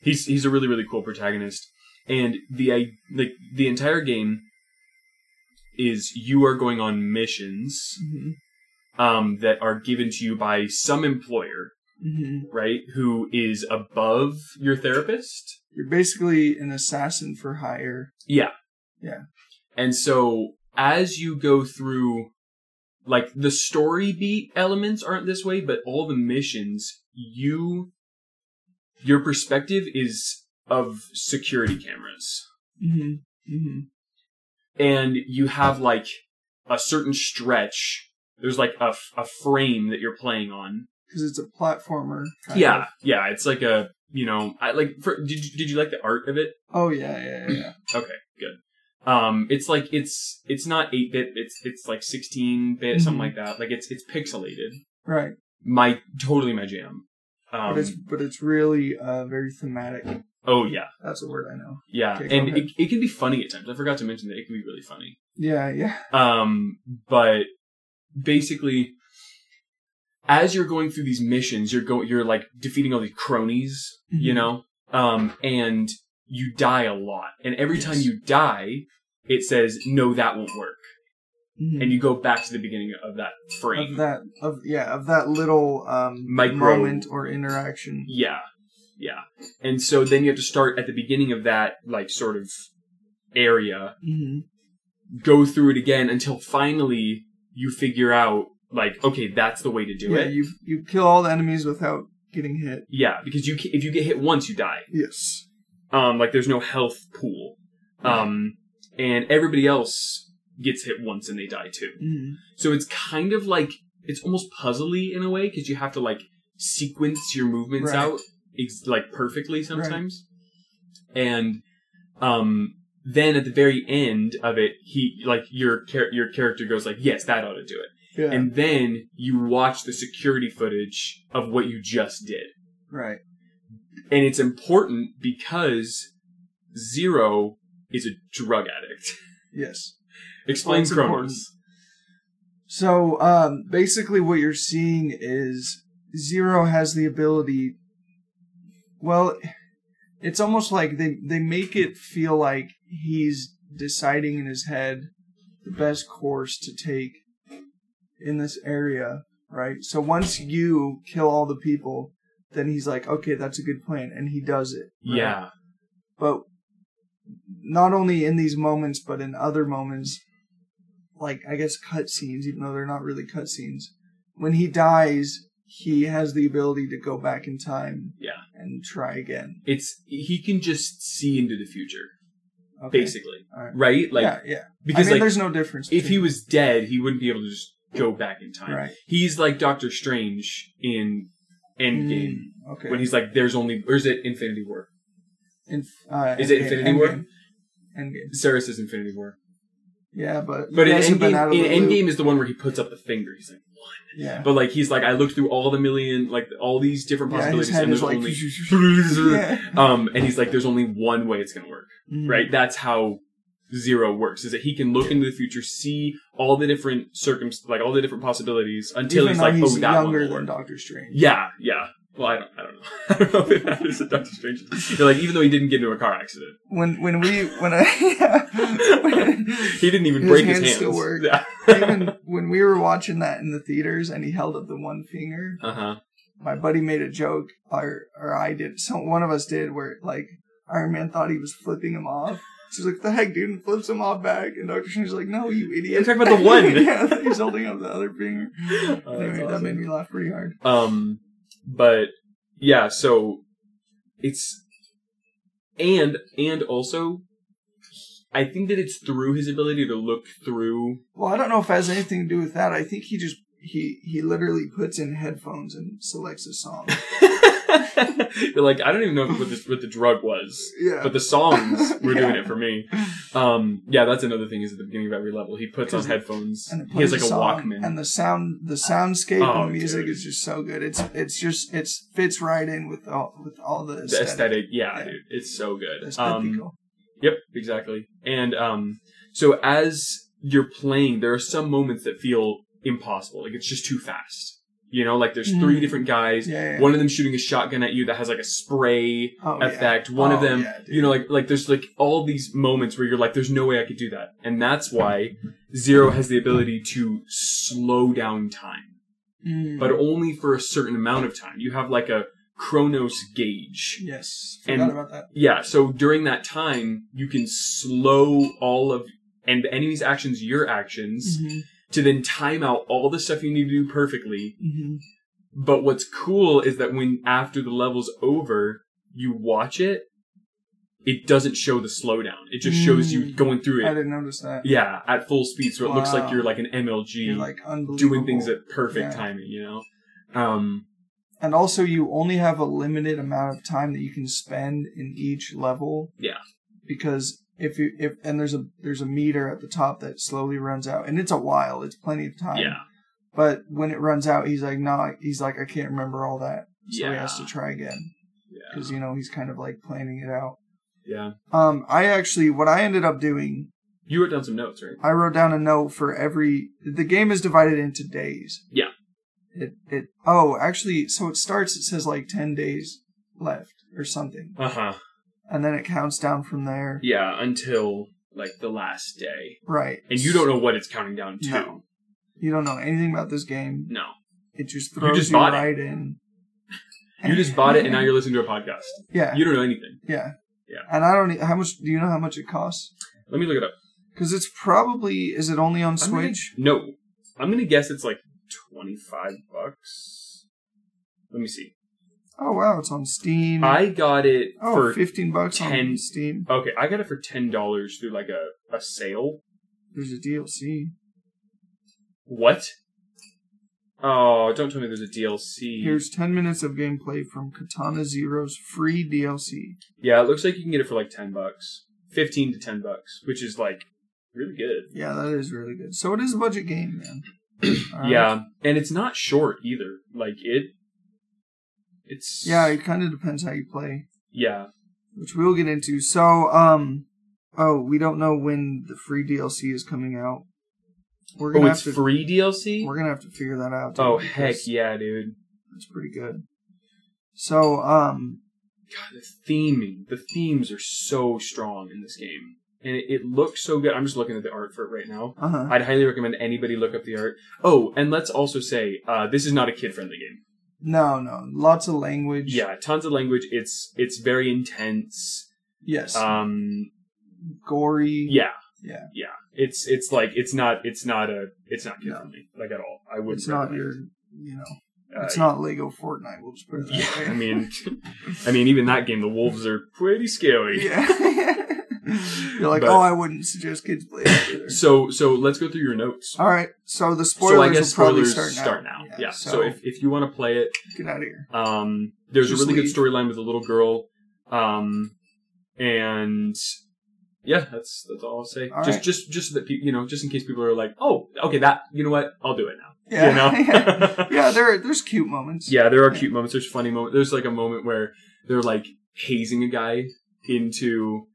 Speaker 2: He's he's a really really cool protagonist, and the I like the entire game is you are going on missions
Speaker 3: Mhm,
Speaker 2: um, that are given to you by some employer,
Speaker 3: mhm.
Speaker 2: right? Who is above your therapist,
Speaker 3: You're basically an assassin for hire.
Speaker 2: and so as you go through, like the story beat elements aren't this way, but all the missions you your perspective is of security cameras.
Speaker 3: Mm-hmm. Mm-hmm.
Speaker 2: and you have like a certain stretch. There's like a, f- a frame that you're playing on.
Speaker 3: Because it's a platformer. kind
Speaker 2: Yeah,
Speaker 3: of.
Speaker 2: yeah. It's like a you know, I like. For, did you, did you like the art of it?
Speaker 3: Oh yeah, yeah, yeah. yeah.
Speaker 2: Um, it's like it's it's not eight bit. It's it's like sixteen bit, something
Speaker 3: Mhm.
Speaker 2: like that. Like it's it's pixelated.
Speaker 3: right.
Speaker 2: My totally my jam. Um,
Speaker 3: but it's but it's really uh, very thematic.
Speaker 2: oh yeah,
Speaker 3: That's a word I know.
Speaker 2: yeah,
Speaker 3: Okay, go
Speaker 2: and
Speaker 3: ahead.
Speaker 2: it, it can be funny at times. I forgot to mention that it can be really funny.
Speaker 3: Yeah, yeah.
Speaker 2: Um, but basically, as you're going through these missions, you're going, you're like defeating all these cronies, you
Speaker 3: Mhm.
Speaker 2: know, um, and you die a lot. And every time
Speaker 3: Yes.
Speaker 2: you die, it says no, that won't work,
Speaker 3: Mhm.
Speaker 2: and you go back to the beginning of that frame.
Speaker 3: of that of yeah of that little um
Speaker 2: Micro-
Speaker 3: moment or interaction
Speaker 2: Yeah, yeah. And so then you have to start at the beginning of that like sort of area
Speaker 3: hmm
Speaker 2: go through it again until finally you figure out like okay that's the way to do
Speaker 3: yeah
Speaker 2: it
Speaker 3: you you kill all the enemies without getting hit
Speaker 2: yeah because you ca- if you get hit once you die
Speaker 3: yes
Speaker 2: um like there's no health pool um and everybody else gets hit once and they die too
Speaker 3: hmm
Speaker 2: so it's kind of like it's almost puzzly in a way because you have to like sequence your movements
Speaker 3: Right.
Speaker 2: out ex- like perfectly sometimes and um then at the very end of it he like your char- your character goes like yes that ought to do it
Speaker 3: yeah
Speaker 2: and then you watch the security footage of what you just did.
Speaker 3: right
Speaker 2: And it's important because Zero is a drug addict. (laughs)
Speaker 3: yes
Speaker 2: Explain
Speaker 3: That's important.
Speaker 2: Chronos.
Speaker 3: so um basically what you're seeing is zero has the ability well it's almost like they they make it feel like he's deciding in his head the best course to take in this area right so once you kill all the people then he's like okay that's a good plan and he does it right?
Speaker 2: Yeah.
Speaker 3: but not only in these moments but in other moments like i guess cutscenes even though they're not really cutscenes when he dies he has the ability to go back in time
Speaker 2: Yeah.
Speaker 3: and try again
Speaker 2: It's he can just see into the future,
Speaker 3: okay.
Speaker 2: basically.
Speaker 3: all right
Speaker 2: Right? Like
Speaker 3: yeah yeah
Speaker 2: because
Speaker 3: i mean
Speaker 2: like
Speaker 3: there's no difference
Speaker 2: if he
Speaker 3: between-
Speaker 2: was dead, he wouldn't be able to just go back in time.
Speaker 3: right
Speaker 2: He's like Doctor Strange in Endgame.
Speaker 3: Mm, okay
Speaker 2: When he's like, there's only, or is it Infinity War?
Speaker 3: Inf- uh,
Speaker 2: Is it
Speaker 3: Endgame-
Speaker 2: Infinity War?
Speaker 3: Endgame. Endgame.
Speaker 2: Sarah says Infinity War.
Speaker 3: Yeah, but you
Speaker 2: But in
Speaker 3: guys have been out
Speaker 2: Endgame,
Speaker 3: of the
Speaker 2: in
Speaker 3: loop.
Speaker 2: Endgame is the one where he puts up the finger. He's like, one.
Speaker 3: yeah,
Speaker 2: But like he's like, I looked through all the million, like all these different
Speaker 3: yeah, his
Speaker 2: possibilities,
Speaker 3: head
Speaker 2: and
Speaker 3: is
Speaker 2: there's
Speaker 3: like, (laughs)
Speaker 2: only.
Speaker 3: yeah.
Speaker 2: Um, and he's like, there's only one way it's gonna work,
Speaker 3: Mhm.
Speaker 2: right? That's how zero works. Is that he can look into the future, see all the different circum, like all the different possibilities, until
Speaker 3: Even
Speaker 2: he's
Speaker 3: though
Speaker 2: like,
Speaker 3: he's
Speaker 2: oh, that one.
Speaker 3: younger
Speaker 2: will
Speaker 3: than
Speaker 2: work.
Speaker 3: Doctor Strange.
Speaker 2: Yeah, yeah. Well, I don't, I don't know. (laughs) I don't know if it matters to Doctor Strange. You're like, even though he didn't get into a car accident,
Speaker 3: When when we when I (laughs)
Speaker 2: (laughs)
Speaker 3: when-
Speaker 2: he didn't even
Speaker 3: His
Speaker 2: break his
Speaker 3: hands
Speaker 2: hands.
Speaker 3: still work.
Speaker 2: Yeah.
Speaker 3: (laughs)
Speaker 2: (laughs)
Speaker 3: even when we were watching that in the theaters and he held up the one finger,
Speaker 2: Uh huh.
Speaker 3: my buddy made a joke, or or I did. Some one of us did where like Iron Man thought he was flipping him off. So he's like, "The heck, dude!" and flips him off back, and Doctor Strange's like, "No, you idiot!"
Speaker 2: You're talking about the
Speaker 3: (laughs)
Speaker 2: one. Oh,
Speaker 3: yeah, he's holding up the other finger. (laughs) anyway, that made me laugh pretty hard.
Speaker 2: Um, but yeah, so it's and and also, I think that it's through his ability to look through.
Speaker 3: Well, I don't know if it has anything to do with that. I think he just he he literally puts in headphones and selects a
Speaker 2: (laughs)
Speaker 3: song.
Speaker 2: You're like, I don't even know what this what the drug was,
Speaker 3: Yeah,
Speaker 2: but
Speaker 3: (laughs)
Speaker 2: the songs were doing
Speaker 3: Yeah.
Speaker 2: it for me. Um, yeah, that's another thing is at the beginning of every level he puts on
Speaker 3: 'Cause-
Speaker 2: headphones.
Speaker 3: and it
Speaker 2: He has like
Speaker 3: plays
Speaker 2: a
Speaker 3: song,
Speaker 2: Walkman.
Speaker 3: and the sound the soundscape
Speaker 2: Oh,
Speaker 3: and the music
Speaker 2: dude.
Speaker 3: is just so good it's it's just it's fits right in with all with all the
Speaker 2: the
Speaker 3: aesthetic,
Speaker 2: aesthetic, yeah,
Speaker 3: Yeah.
Speaker 2: dude, it's so good.
Speaker 3: That's
Speaker 2: Um,
Speaker 3: typical.
Speaker 2: Yep, exactly. And um, so as you're playing, there are some moments that feel impossible. Like it's just too fast. You know, like there's three
Speaker 3: Mm.
Speaker 2: different guys.
Speaker 3: yeah, yeah.
Speaker 2: One of them shooting a shotgun at you that has like a spray
Speaker 3: Oh, yeah.
Speaker 2: effect. One of
Speaker 3: Oh,
Speaker 2: them,
Speaker 3: yeah, dude.
Speaker 2: you know, like like there's like all these moments where you're like, there's no way I could do that, and that's why Zero has the ability to slow down time,
Speaker 3: Mm.
Speaker 2: but only for a certain amount of time. You have like a Chronos gauge,
Speaker 3: yes
Speaker 2: and-
Speaker 3: forgot about that
Speaker 2: yeah, so during that time, you can slow all of and the enemy's actions, your actions,
Speaker 3: Mhm,
Speaker 2: to then time out all the stuff you need to do perfectly.
Speaker 3: mhm.
Speaker 2: But what's cool is that when after the level's over, you watch it, it doesn't show the slowdown. It just shows you
Speaker 3: Mm.
Speaker 2: going through
Speaker 3: I
Speaker 2: it.
Speaker 3: didn't notice that
Speaker 2: Yeah, at full speed, so it looks like
Speaker 3: Wow.
Speaker 2: you're like an MLG
Speaker 3: you're like unbelievable
Speaker 2: doing things at perfect
Speaker 3: Yeah.
Speaker 2: timing, you know? Um,
Speaker 3: and also you only have a limited amount of time that you can spend in each level.
Speaker 2: Yeah.
Speaker 3: Because if you if and there's a there's a meter at the top that slowly runs out, and it's a while, it's plenty of time.
Speaker 2: yeah.
Speaker 3: But when it runs out, he's like, no, he's like, I can't remember all that, so he
Speaker 2: Yeah.
Speaker 3: has to try again
Speaker 2: Yeah.
Speaker 3: because you know he's kind of like planning it out.
Speaker 2: Yeah.
Speaker 3: Um, I actually what I ended up doing,
Speaker 2: You wrote down some notes, right?
Speaker 3: I wrote down a note for every. The game is divided into days.
Speaker 2: Yeah.
Speaker 3: It it oh actually so it starts it says like ten days left or something
Speaker 2: Uh huh.
Speaker 3: and then it counts down from there.
Speaker 2: Yeah, until like the last day,
Speaker 3: Right.
Speaker 2: and you don't know what it's counting down to.
Speaker 3: No. You don't know anything about this game.
Speaker 2: No.
Speaker 3: It just throws you,
Speaker 2: just bought it.
Speaker 3: right in.
Speaker 2: you just bought
Speaker 3: (laughs)
Speaker 2: it, and now you're listening to a podcast.
Speaker 3: yeah
Speaker 2: You don't know anything.
Speaker 3: yeah
Speaker 2: Yeah.
Speaker 3: And I don't. e- How much do you know? How much it costs?
Speaker 2: Let me look it up.
Speaker 3: Because it's probably is it only on
Speaker 2: I'm gonna-
Speaker 3: Switch?
Speaker 2: No, I'm gonna guess it's like twenty five bucks. Let me see.
Speaker 3: Oh wow, it's on Steam.
Speaker 2: I got it
Speaker 3: oh,
Speaker 2: for
Speaker 3: 15 bucks
Speaker 2: 10
Speaker 3: on Steam.
Speaker 2: okay. I got it for ten dollars through like a, a sale.
Speaker 3: There's a DLC.
Speaker 2: What? Oh, don't tell me there's a DLC.
Speaker 3: Here's 10 minutes of gameplay from Katana Zero's free DLC.
Speaker 2: yeah, it looks like you can get it for like ten bucks, fifteen to ten bucks, which is like really good.
Speaker 3: Yeah, that is really good. So it is a budget game,
Speaker 2: (clears throat)
Speaker 3: man. Alright.
Speaker 2: Yeah, and it's not short either. Like it, it's
Speaker 3: Yeah, it kind of depends how you play,
Speaker 2: yeah.
Speaker 3: which we'll get into. So, um, oh, we don't know when the free DLC is coming out. We're
Speaker 2: Oh,
Speaker 3: gonna
Speaker 2: it's
Speaker 3: have to.
Speaker 2: free DLC.
Speaker 3: We're gonna have to figure that out.
Speaker 2: Oh
Speaker 3: dude,
Speaker 2: heck
Speaker 3: because
Speaker 2: yeah, dude.
Speaker 3: that's pretty good. So, um,
Speaker 2: God, the theming, the themes are so strong in this game, and it, it looks so good. I'm just looking at the art for it right now.
Speaker 3: uh huh.
Speaker 2: I'd highly recommend anybody look up the art. Oh, and let's also say uh, this is not a kid-friendly game.
Speaker 3: No, no, lots of language.
Speaker 2: Yeah, tons of language. It's it's very intense.
Speaker 3: Yes.
Speaker 2: Um,
Speaker 3: Gory.
Speaker 2: yeah,
Speaker 3: Yeah.
Speaker 2: yeah. It's it's like it's not it's not a it's not
Speaker 3: No.
Speaker 2: kid-friendly like at all. I would
Speaker 3: It's not your, you know,
Speaker 2: Uh,
Speaker 3: it's not Lego Fortnite. We'll just put it that
Speaker 2: yeah,
Speaker 3: way. (laughs)
Speaker 2: I mean, I mean, even that game, the wolves are pretty scary.
Speaker 3: yeah. (laughs) You're like,
Speaker 2: But-
Speaker 3: oh, I wouldn't suggest kids play that
Speaker 2: (laughs)
Speaker 3: either.
Speaker 2: So so let's go through your notes.
Speaker 3: All right, so the spoilers
Speaker 2: so I guess
Speaker 3: will probably
Speaker 2: spoilers start now. Yeah. So, if, if you want to play it,
Speaker 3: get out of here.
Speaker 2: um, there's
Speaker 3: Just
Speaker 2: a really
Speaker 3: leave.
Speaker 2: good storyline with a little girl, um, and yeah, that's that's all I'll say.
Speaker 3: All
Speaker 2: just
Speaker 3: right.
Speaker 2: just just that pe- you know, just in case people are like, oh, okay, that you know what, I'll do it now.
Speaker 3: Yeah,
Speaker 2: You
Speaker 3: yeah.
Speaker 2: (laughs) know.
Speaker 3: (laughs) Yeah, there there's cute moments.
Speaker 2: Yeah, there are cute moments. There's funny moments. There's like a moment where they're like hazing a guy into,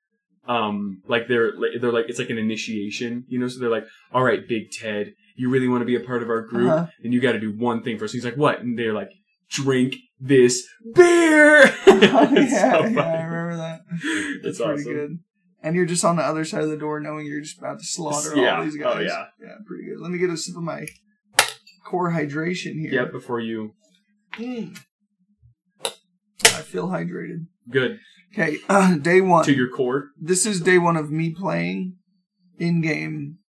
Speaker 2: um, like they're they're like it's like an initiation, you know. So they're like, "All right, Big Ted, you really want to be a part of our group,
Speaker 3: Uh-huh. (laughs)
Speaker 2: and you got to do one thing for us." He's like, "What?" And they're like, "Drink this beer." (laughs) (laughs) it's
Speaker 3: (laughs)
Speaker 2: so
Speaker 3: yeah, yeah, I
Speaker 2: funny.
Speaker 3: remember that. That's
Speaker 2: It's
Speaker 3: pretty
Speaker 2: awesome.
Speaker 3: good. And you're just on the other side of the door, knowing you're just about to slaughter
Speaker 2: Yeah.
Speaker 3: all these
Speaker 2: Oh,
Speaker 3: guys.
Speaker 2: yeah.
Speaker 3: yeah, pretty good. Let me get a sip of my core hydration here.
Speaker 2: Yeah, before you,
Speaker 3: Mm. I feel hydrated.
Speaker 2: good
Speaker 3: Okay, uh, day one.
Speaker 2: to your core.
Speaker 3: this is day one of me playing in game.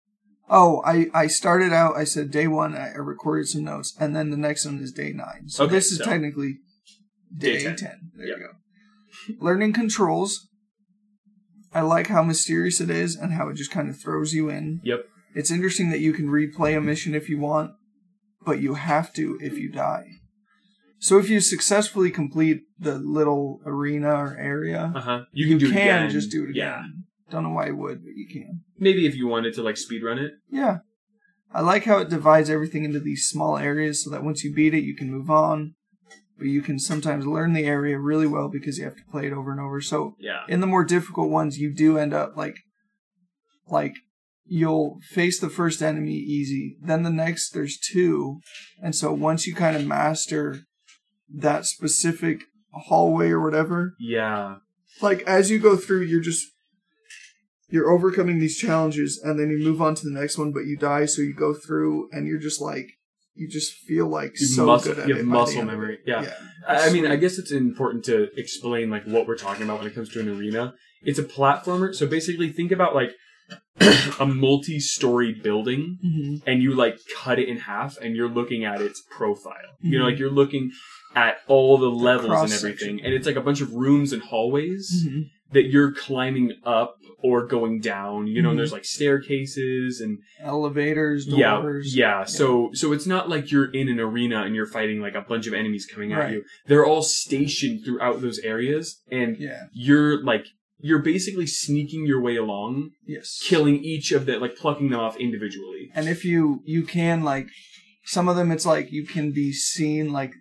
Speaker 3: Oh, I, I started out, I said day one, I I recorded some notes, and then the next one is day nine. So
Speaker 2: Okay,
Speaker 3: this is
Speaker 2: so-
Speaker 3: technically day,
Speaker 2: Day
Speaker 3: 10.
Speaker 2: 10.
Speaker 3: There you go. Learning controls. I like how mysterious it is and how it just kind of throws you in.
Speaker 2: Yep.
Speaker 3: It's interesting that you can replay a mission if you want, but you have to if you die. So if you successfully complete the little arena or area,
Speaker 2: Uh huh. You can do it again.
Speaker 3: just do it again.
Speaker 2: Yeah.
Speaker 3: Don't know why you would, but you can.
Speaker 2: Maybe if you wanted to like speedrun it.
Speaker 3: Yeah. I like how it divides everything into these small areas so that once you beat it, you can move on. But you can sometimes learn the area really well because you have to play it over and over. So
Speaker 2: Yeah.
Speaker 3: in the more difficult ones, you do end up like, like you'll face the first enemy easy. Then the next, there's two. And so once you kind of master that specific hallway or whatever,
Speaker 2: Yeah.
Speaker 3: like as you go through you're just you're overcoming these challenges and then you move on to the next one but you die so you go through and you're just like you just feel like
Speaker 2: You
Speaker 3: so
Speaker 2: muscle,
Speaker 3: good at
Speaker 2: you
Speaker 3: it
Speaker 2: have
Speaker 3: by the
Speaker 2: muscle
Speaker 3: end of
Speaker 2: memory.
Speaker 3: it.
Speaker 2: Yeah. I I mean, I guess it's important to explain like what we're talking about when it comes to an arena. It's a platformer, so basically think about like (clears throat) a multi-story building
Speaker 3: Mhm.
Speaker 2: and you like cut it in half and you're looking at its profile. You know,
Speaker 3: Mhm.
Speaker 2: like you're looking at all the levels and
Speaker 3: cross-section.
Speaker 2: everything. And it's like a bunch of rooms and hallways
Speaker 3: Mhm.
Speaker 2: that you're climbing up or going down, you know,
Speaker 3: Mhm.
Speaker 2: and there's like staircases and
Speaker 3: Mm-hmm. elevators doors
Speaker 2: yeah, yeah. So so it's not like you're in an arena and you're fighting like a bunch of enemies coming
Speaker 3: Right.
Speaker 2: at you. They're all stationed throughout those areas, and
Speaker 3: yeah
Speaker 2: you're like you're basically sneaking your way along,
Speaker 3: yes
Speaker 2: killing each of the like plucking them off individually.
Speaker 3: and if you you can like some of them it's like you can be seen like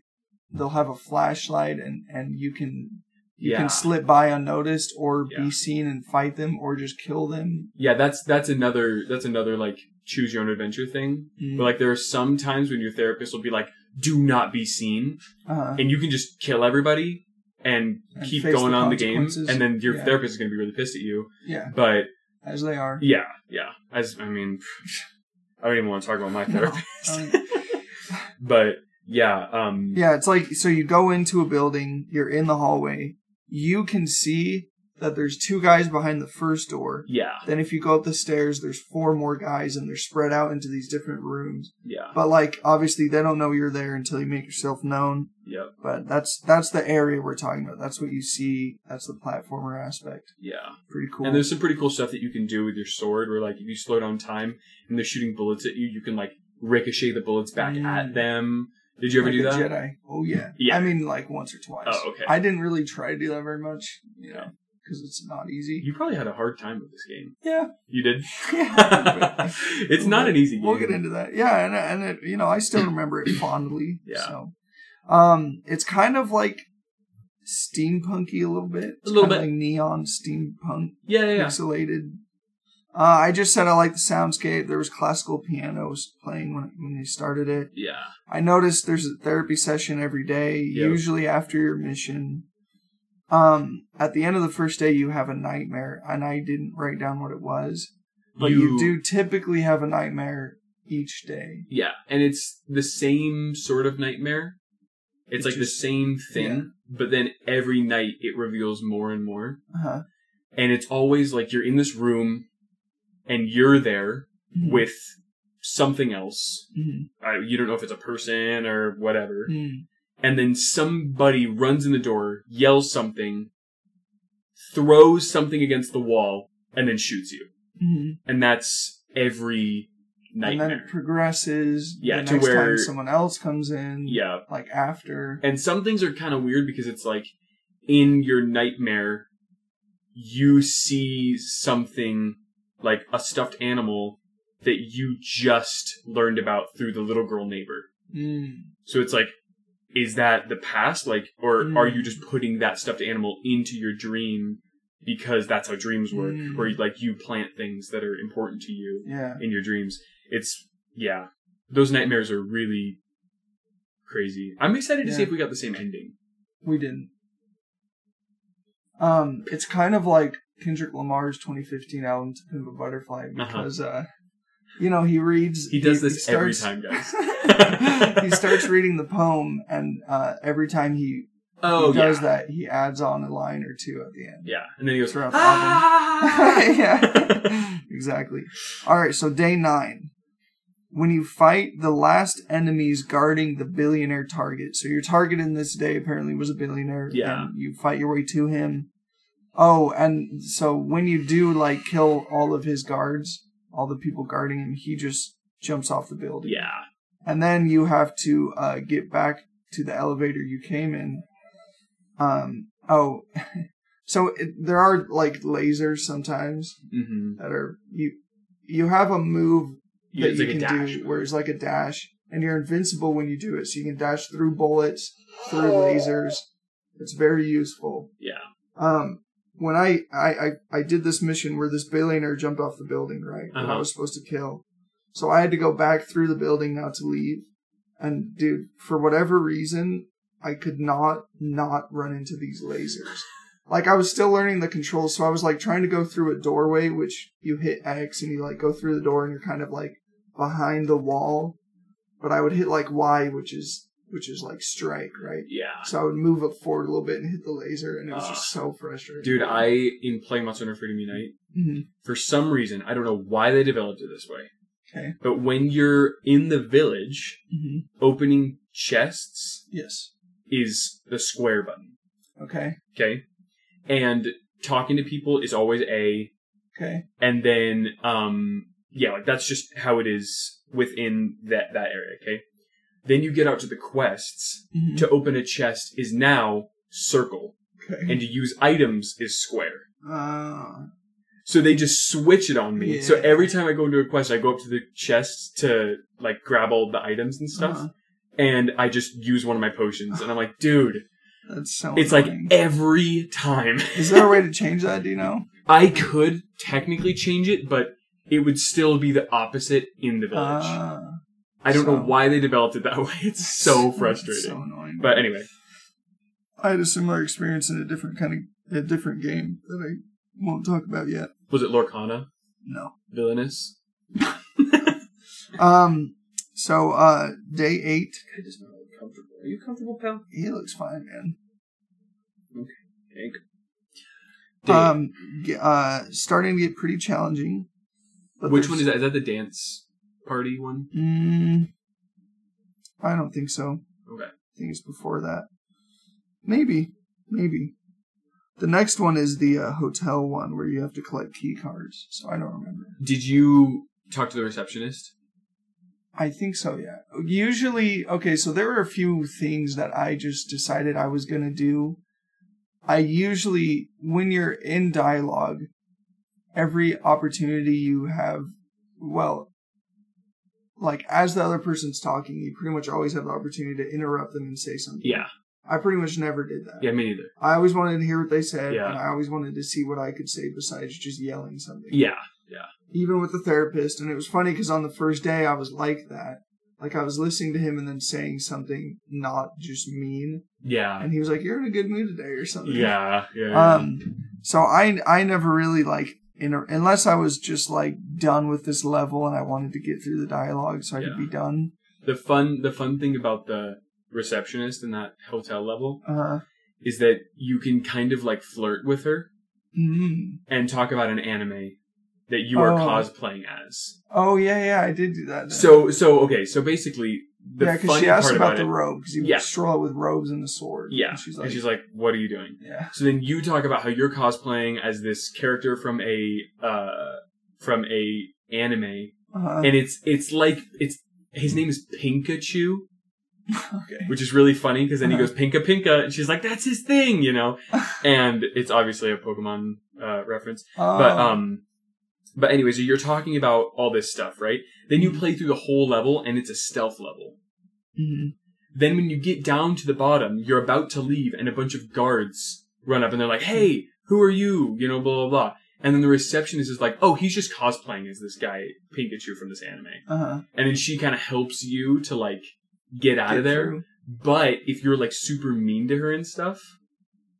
Speaker 3: they'll have a flashlight and and you can you
Speaker 2: yeah,
Speaker 3: can slip by unnoticed or
Speaker 2: Yeah.
Speaker 3: be seen and fight them or just kill them
Speaker 2: yeah. That's that's another that's another like choose your own adventure thing. But
Speaker 3: Mm-hmm.
Speaker 2: like there are some times when your therapist will be like, "Do not be seen,"
Speaker 3: uh,
Speaker 2: and you can just kill everybody. And,
Speaker 3: And
Speaker 2: keep
Speaker 3: face
Speaker 2: going
Speaker 3: the
Speaker 2: on the game,
Speaker 3: consequences.
Speaker 2: and then your
Speaker 3: Yeah.
Speaker 2: therapist is going to be really pissed at you.
Speaker 3: yeah
Speaker 2: But
Speaker 3: as they
Speaker 2: (laughs)
Speaker 3: are.
Speaker 2: Yeah, yeah. As I mean, (laughs) I don't even want to talk about my
Speaker 3: No.
Speaker 2: (laughs) therapist.
Speaker 3: Um,
Speaker 2: But yeah, um,
Speaker 3: yeah, it's like so you go into a building, you're in the hallway, you can see that there's two guys behind the first door.
Speaker 2: yeah,
Speaker 3: Then if you go up the stairs, there's four more guys and they're spread out into these different rooms.
Speaker 2: yeah,
Speaker 3: But like obviously they don't know you're there until you make yourself known.
Speaker 2: yep,
Speaker 3: But that's that's the area we're talking about. That's what you see. That's the platformer aspect.
Speaker 2: yeah.
Speaker 3: Pretty cool.
Speaker 2: And there's some pretty cool stuff that you can do with your sword, where like if you slow down time and they're shooting bullets at you, you can like ricochet the bullets back
Speaker 3: Mm.
Speaker 2: at them. Did you ever
Speaker 3: like
Speaker 2: do
Speaker 3: a
Speaker 2: that?
Speaker 3: Jedi. Oh yeah.
Speaker 2: Yeah.
Speaker 3: I mean like once or twice.
Speaker 2: Oh, okay.
Speaker 3: I didn't really try to do that very much. You
Speaker 2: Yeah.
Speaker 3: know, because it's not easy.
Speaker 2: You probably had a hard time with this game.
Speaker 3: Yeah.
Speaker 2: You
Speaker 3: (laughs)
Speaker 2: did. (laughs)
Speaker 3: Yeah.
Speaker 2: it's not an easy game.
Speaker 3: We'll get into that. Yeah, and and it, you know, I still remember it fondly.
Speaker 2: (laughs) Yeah.
Speaker 3: So, um, it's kind of like steampunky a little bit. It's
Speaker 2: A little
Speaker 3: kind of
Speaker 2: bit.
Speaker 3: like neon steampunk
Speaker 2: Yeah, yeah, yeah.
Speaker 3: pixelated. Uh, I just said I like the soundscape. There was classical pianos playing when when you started it.
Speaker 2: yeah.
Speaker 3: I noticed there's a therapy session every day,
Speaker 2: Yeah.
Speaker 3: usually after your mission. Um, at the end of the first day, you have a nightmare, and I didn't write down what it was, but you, do typically have a nightmare each day.
Speaker 2: Yeah, and it's the same sort of nightmare. It's like the same thing,
Speaker 3: yeah.
Speaker 2: but then every night it reveals more and more.
Speaker 3: Uh-huh.
Speaker 2: And it's always like you're in this room and you're there
Speaker 3: Mhm.
Speaker 2: with something else.
Speaker 3: Mhm.
Speaker 2: I, you don't know if it's a person or whatever.
Speaker 3: Mhm.
Speaker 2: And then somebody runs in the door, yells something, throws something against the wall, and then shoots you.
Speaker 3: Mhm.
Speaker 2: And that's every
Speaker 3: and
Speaker 2: nightmare.
Speaker 3: then it progresses.
Speaker 2: Yeah,
Speaker 3: the
Speaker 2: to
Speaker 3: next
Speaker 2: where-
Speaker 3: time someone else comes in.
Speaker 2: yeah.
Speaker 3: like after.
Speaker 2: And some things are kind of weird because it's like in your nightmare, you see something like a stuffed animal that you just learned about through the little girl neighbor.
Speaker 3: Mm.
Speaker 2: So it's like, is that the past? Like, or
Speaker 3: Mm.
Speaker 2: are you just putting that stuffed animal into your dream because that's how dreams work,
Speaker 3: Mm.
Speaker 2: where like you plant things that are important to you
Speaker 3: Yeah,
Speaker 2: in your dreams? It's, yeah. Those nightmares are really crazy. I'm excited to see
Speaker 3: Yeah.
Speaker 2: if we got the same ending.
Speaker 3: we didn't. Um, it's kind of like Kendrick Lamar's 2015 album "To Pimp a Butterfly" because, uh you know, he reads.
Speaker 2: Uh-huh. He does this every time, guys.
Speaker 3: guys. (laughs) (laughs) he starts reading the poem, and uh, every time he,
Speaker 2: (laughs) Oh
Speaker 3: he does
Speaker 2: yeah,
Speaker 3: that, he adds on a line or two at the end.
Speaker 2: yeah, and then he goes.
Speaker 3: Throughout the album.
Speaker 2: Ah!
Speaker 3: (laughs)
Speaker 2: (laughs)
Speaker 3: yeah, exactly. All right, so day nine. When you fight the last enemies guarding the billionaire target. So your target in this day apparently was a billionaire.
Speaker 2: Yeah.
Speaker 3: And you fight your way to him. Oh, and so when you do like kill all of his guards, all the people guarding him, he just jumps off the building.
Speaker 2: yeah,
Speaker 3: And then you have to uh, get back to the elevator you came in. Um. Oh. (laughs) so it, there are like lasers sometimes
Speaker 2: mm-hmm.
Speaker 3: that are you you have a move
Speaker 2: yeah
Speaker 3: that
Speaker 2: it's
Speaker 3: you
Speaker 2: like a
Speaker 3: can
Speaker 2: dash.
Speaker 3: do where it's like a dash and you're invincible when you do it so you can dash through bullets through lasers it's very useful
Speaker 2: yeah,
Speaker 3: um when I, I i i did this mission where this billionaire jumped off the building right that i
Speaker 2: Uh-huh.
Speaker 3: was supposed to kill so i had to go back through the building now to leave and dude for whatever reason i could not not run into these lasers like I was still learning the controls, so I was like trying to go through a doorway, which you hit X and you like go through the door and you're kind of like behind the wall. But I would hit like Y, which is which is like strike, right?
Speaker 2: yeah.
Speaker 3: So I would move up forward a little bit and hit the laser, and it was
Speaker 2: Ah.
Speaker 3: just so frustrating.
Speaker 2: Dude, I in playing Monster Hunter Freedom Unite
Speaker 3: Mhm.
Speaker 2: for some reason I don't know why they developed it this way.
Speaker 3: Okay.
Speaker 2: But when you're in the village,
Speaker 3: Mhm.
Speaker 2: opening chests
Speaker 3: yes,
Speaker 2: is the square button.
Speaker 3: okay,
Speaker 2: Okay, and talking to people is always A.
Speaker 3: okay,
Speaker 2: and then um yeah like that's just how it is within that that area okay then you get out to the quests
Speaker 3: Mhm.
Speaker 2: to open a chest is now circle
Speaker 3: okay.
Speaker 2: and to use items is square
Speaker 3: Uh,
Speaker 2: so they just switch it on me so
Speaker 3: Yeah.
Speaker 2: every time i go into a quest i go up to the chests to like grab all the items and stuff
Speaker 3: Uh-huh.
Speaker 2: and i just use one of my potions and i'm like dude
Speaker 3: (sighs) that's so.
Speaker 2: it's like
Speaker 3: annoying.
Speaker 2: every time (laughs)
Speaker 3: is there a way to change that? Do you know?
Speaker 2: i could technically change it but it would still be the opposite in the village
Speaker 3: Uh,
Speaker 2: I don't know
Speaker 3: So-
Speaker 2: why they developed it that way. (laughs)
Speaker 3: (laughs)
Speaker 2: It's so frustrating.
Speaker 3: so annoying.
Speaker 2: but anyway,
Speaker 3: I had a similar experience in a different kind of a different game that I won't talk about yet.
Speaker 2: Was it Lorcana?
Speaker 3: No.
Speaker 2: Villainous?
Speaker 3: Um. So uh, day eight.
Speaker 1: Guy does not look comfortable. Are you comfortable, pal?
Speaker 3: He looks fine, man.
Speaker 1: Hank.
Speaker 2: Day-
Speaker 3: Um. g- Uh. Starting to get pretty challenging.
Speaker 2: Which one is that? Is that the dance party one?
Speaker 3: Mm, I don't think so.
Speaker 2: Okay.
Speaker 3: I think it's before that. Maybe. Maybe. The next one is the uh, hotel one where you have to collect key cards. So I don't remember.
Speaker 2: Did you talk to the receptionist?
Speaker 3: I think so, yeah. Usually, okay, so there were a few things that I just decided I was going to do. I usually, when you're in dialogue, every opportunity you have, well, like as the other person's talking, you pretty much always have the opportunity to interrupt them and say something.
Speaker 2: Yeah.
Speaker 3: I pretty much never did that.
Speaker 2: Yeah, me neither.
Speaker 3: I always wanted to hear what they said,
Speaker 2: Yeah.
Speaker 3: and I always wanted to see what I could say besides just yelling something
Speaker 2: Yeah.
Speaker 3: even with the therapist. And it was funny because on the first day I was like that. Like I was listening to him and then saying something not just mean.
Speaker 2: Yeah.
Speaker 3: And he was like, You're in a good mood today or something.
Speaker 2: Yeah. Yeah.
Speaker 3: Um so I I never really like inter- unless I was just like done with this level and I wanted to get through the dialogue so I could
Speaker 2: Yeah.
Speaker 3: be done.
Speaker 2: the fun the fun thing about the receptionist in that hotel level
Speaker 3: Uh
Speaker 2: is that you can kind of like flirt with her
Speaker 3: mm.
Speaker 2: and talk about an anime that you are
Speaker 3: Oh.
Speaker 2: cosplaying as.
Speaker 3: Oh yeah, yeah, I did do that. then.
Speaker 2: So so okay, so basically the
Speaker 3: yeah, because
Speaker 2: fun
Speaker 3: she asked
Speaker 2: part
Speaker 3: about
Speaker 2: about,
Speaker 3: the
Speaker 2: it,
Speaker 3: robe because he
Speaker 2: Yeah.
Speaker 3: would stroll out with robes and a sword.
Speaker 2: yeah,
Speaker 3: and she's like,
Speaker 2: and she's like, "What are you doing?"
Speaker 3: yeah,
Speaker 2: So then you talk about how you're cosplaying as this character from a uh from a anime,
Speaker 3: uh,
Speaker 2: and it's it's like it's his name is Pinkachu,
Speaker 3: (laughs) okay,
Speaker 2: which is really funny because then he
Speaker 3: Uh-huh.
Speaker 2: goes Pinka Pinka, and she's like, "That's his thing,"
Speaker 3: (laughs)
Speaker 2: you know, and it's obviously a Pokemon uh, reference. But
Speaker 3: Oh.
Speaker 2: um, but anyway, so you're talking about all this stuff, right? Then
Speaker 3: Mm-hmm.
Speaker 2: you play through the whole level, and it's a stealth level.
Speaker 3: mhm.
Speaker 2: Then when you get down to the bottom, you're about to leave, and a bunch of guards run up and they're like, "Hey, who are you?" You know, blah blah blah. And then the receptionist is like, "Oh, he's just cosplaying as this guy Pikachu from this anime,"
Speaker 3: uh-huh.
Speaker 2: and then she kind of helps you to like get out of
Speaker 3: Get
Speaker 2: there.
Speaker 3: through.
Speaker 2: But if you're like super mean to her and stuff,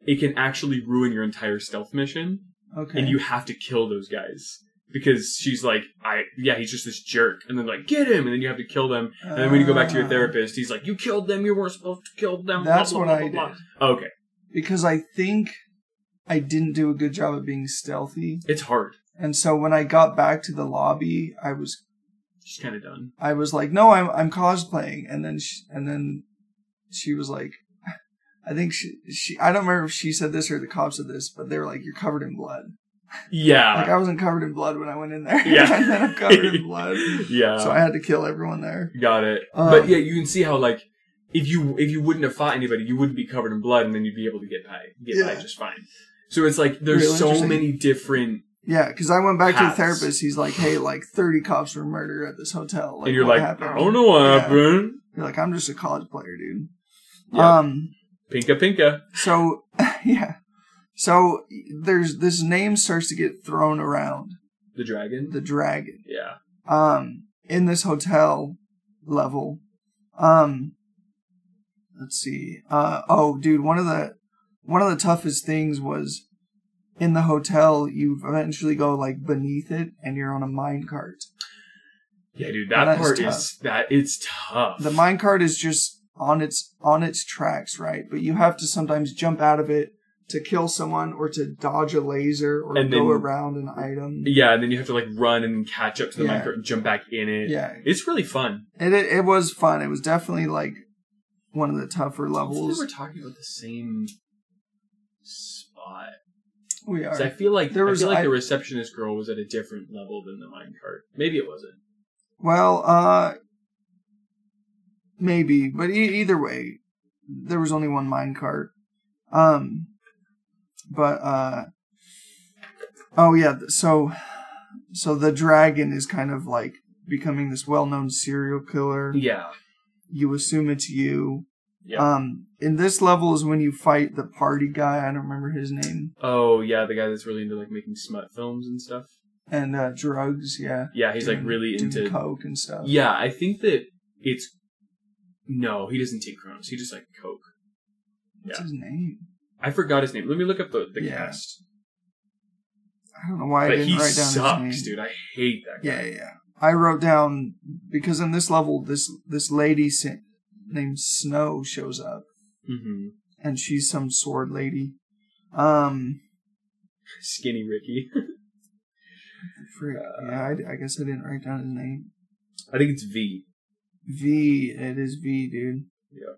Speaker 2: it can actually ruin your entire stealth mission,
Speaker 3: Okay,
Speaker 2: and you have to kill those guys because she's like, "I yeah, he's just this jerk," and then like get him, and then you have to kill them, and then when you go back to your
Speaker 3: Ah.
Speaker 2: therapist, he's like, "You killed them. You weren't supposed to kill them." blah,
Speaker 3: That's
Speaker 2: blah,
Speaker 3: what
Speaker 2: blah,
Speaker 3: I
Speaker 2: blah, blah."
Speaker 3: did
Speaker 2: Okay,
Speaker 3: because I think I didn't do a good job of being stealthy,
Speaker 2: it's hard.
Speaker 3: and so when I got back to the lobby, I was
Speaker 2: She's kind of done.
Speaker 3: I was like, "No, I'm I'm cosplaying," and then she, and then she was like, (laughs) "I think she she I don't remember if she said this or the cop said this, but they were like, "You're covered in blood."
Speaker 2: Yeah,
Speaker 3: like (laughs) I wasn't covered in blood when I went in there,
Speaker 2: Ah. Yeah.
Speaker 3: (laughs)
Speaker 2: Uh,
Speaker 3: and then I'm covered
Speaker 2: (laughs)
Speaker 3: in blood,
Speaker 2: yeah.
Speaker 3: so I had to kill everyone there.
Speaker 2: Got it.
Speaker 3: Um,
Speaker 2: but yeah, you can see how like if you if you wouldn't have fought anybody, you wouldn't be covered in blood, and then you'd be able to get by get by
Speaker 3: Yeah.
Speaker 2: just fine. So it's like there's
Speaker 3: Real
Speaker 2: so
Speaker 3: interesting.
Speaker 2: many different,
Speaker 3: Yeah, because I went back
Speaker 2: Paths.
Speaker 3: to the therapist. He's like, "Hey, like 30 cops were murdered at this hotel."
Speaker 2: and you're
Speaker 3: what
Speaker 2: like, I don't know what
Speaker 3: Yeah.
Speaker 2: happened.
Speaker 3: You're like, I'm just a college player, dude.
Speaker 2: Yeah.
Speaker 3: Um,
Speaker 2: Pinka Pinka.
Speaker 3: so (laughs) yeah. So there's this name starts to get thrown around,
Speaker 2: The dragon.
Speaker 3: the dragon.
Speaker 2: yeah.
Speaker 3: Um, in this hotel level. Um let's see. Uh oh dude, one of the one of the toughest things was in the hotel you eventually go like beneath it and you're on a mine cart.
Speaker 2: Yeah, dude,
Speaker 3: Yeah, Oh,
Speaker 2: that,
Speaker 3: that is
Speaker 2: part
Speaker 3: tough.
Speaker 2: is that it's tough.
Speaker 3: the mine cart is just on its on its tracks, right? But you have to sometimes jump out of it to kill someone or to dodge a laser or
Speaker 2: And
Speaker 3: go
Speaker 2: then-
Speaker 3: around an item.
Speaker 2: Yeah, and then you have to like run and catch up to the
Speaker 3: Yeah.
Speaker 2: micro and jump back in it.
Speaker 3: Yeah.
Speaker 2: It's really fun.
Speaker 3: It, it it was fun. It was definitely like one of the tougher
Speaker 2: Hopefully
Speaker 3: levels.
Speaker 2: we're talking about the same spot.
Speaker 3: We are.
Speaker 2: 'Cause I feel like
Speaker 3: There
Speaker 2: I
Speaker 3: was-
Speaker 2: feel like
Speaker 3: I-
Speaker 2: the receptionist girl was at a different level than the minecart. Maybe it wasn't.
Speaker 3: Well, uh maybe, but e- either way, there was only one mine cart. Um but uh oh yeah, th- so so the dragon is kind of like becoming this well-known serial killer.
Speaker 2: Yeah.
Speaker 3: You assume it's you.
Speaker 2: Yeah.
Speaker 3: Um in this level is when you fight the party guy, I don't remember his name,
Speaker 2: Oh yeah, the guy that's really into like making smut films and stuff.
Speaker 3: and uh drugs, yeah.
Speaker 2: Yeah, he's like
Speaker 3: doing-
Speaker 2: really
Speaker 3: doing
Speaker 2: into.
Speaker 3: coke and stuff.
Speaker 2: Yeah, I think that it's. No, he doesn't take Cronos. He just like coke.
Speaker 3: What's
Speaker 2: yeah.
Speaker 3: his name?
Speaker 2: I forgot his name. Let me look up the the
Speaker 3: Yeah.
Speaker 2: cast.
Speaker 3: I don't know why I
Speaker 2: but
Speaker 3: didn't
Speaker 2: he
Speaker 3: write down
Speaker 2: sucks,
Speaker 3: his name.
Speaker 2: dude. I hate that guy.
Speaker 3: Yeah, yeah, yeah. I wrote down because in this level, this this lady sa- named Snow shows up,
Speaker 2: hmm
Speaker 3: and she's some sword lady. Um,
Speaker 2: Skinny Ricky. (laughs)
Speaker 3: frick,
Speaker 2: Uh,
Speaker 3: yeah, I, I guess I didn't write down his name.
Speaker 2: I think it's V.
Speaker 3: V. It is V, dude.
Speaker 2: Yeah.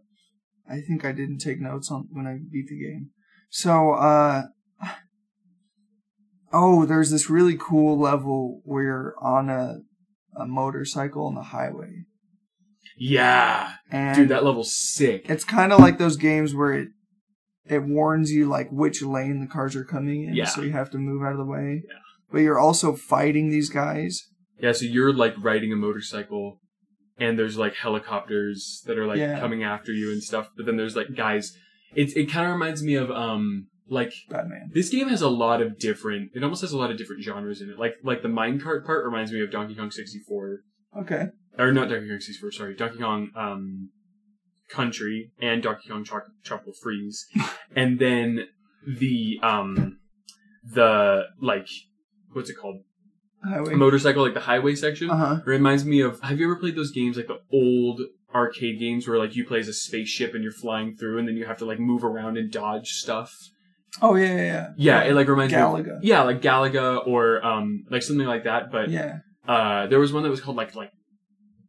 Speaker 3: I think I didn't take notes on when I beat the game. So, uh, (sighs) oh, there's this really cool level where you're on a, a motorcycle on the highway,
Speaker 2: Yeah,
Speaker 3: and
Speaker 2: dude, that level's sick.
Speaker 3: it's kind of like those games where it it warns you like which lane the cars are coming in,
Speaker 2: Yeah.
Speaker 3: so you have to move out of the way.
Speaker 2: Yeah.
Speaker 3: But you're also fighting these guys.
Speaker 2: Yeah, so you're like riding a motorcycle, and there's like helicopters that are like
Speaker 3: Yeah.
Speaker 2: coming after you and stuff. But then there's like guys. It it kind of reminds me of um like
Speaker 3: Batman.
Speaker 2: this game has a lot of different. It almost has a lot of different genres in it. Like like the minecart part reminds me of Donkey Kong 64
Speaker 3: Okay.
Speaker 2: or not Donkey Kong 64. Sorry, Donkey Kong um Country and Donkey Kong Choc- Tropical Freeze, and then the um the like what's it called
Speaker 3: Highway.
Speaker 2: motorcycle like the highway section
Speaker 3: Uh huh.
Speaker 2: reminds me of have you ever played those games like the old arcade games where like you play as a spaceship and you're flying through and then you have to like move around and dodge stuff
Speaker 3: Oh yeah, yeah, yeah.
Speaker 2: yeah it like reminds me
Speaker 3: Galaga.
Speaker 2: of, yeah like galaga or um like something like that but
Speaker 3: Yeah.
Speaker 2: uh there was one that was called like like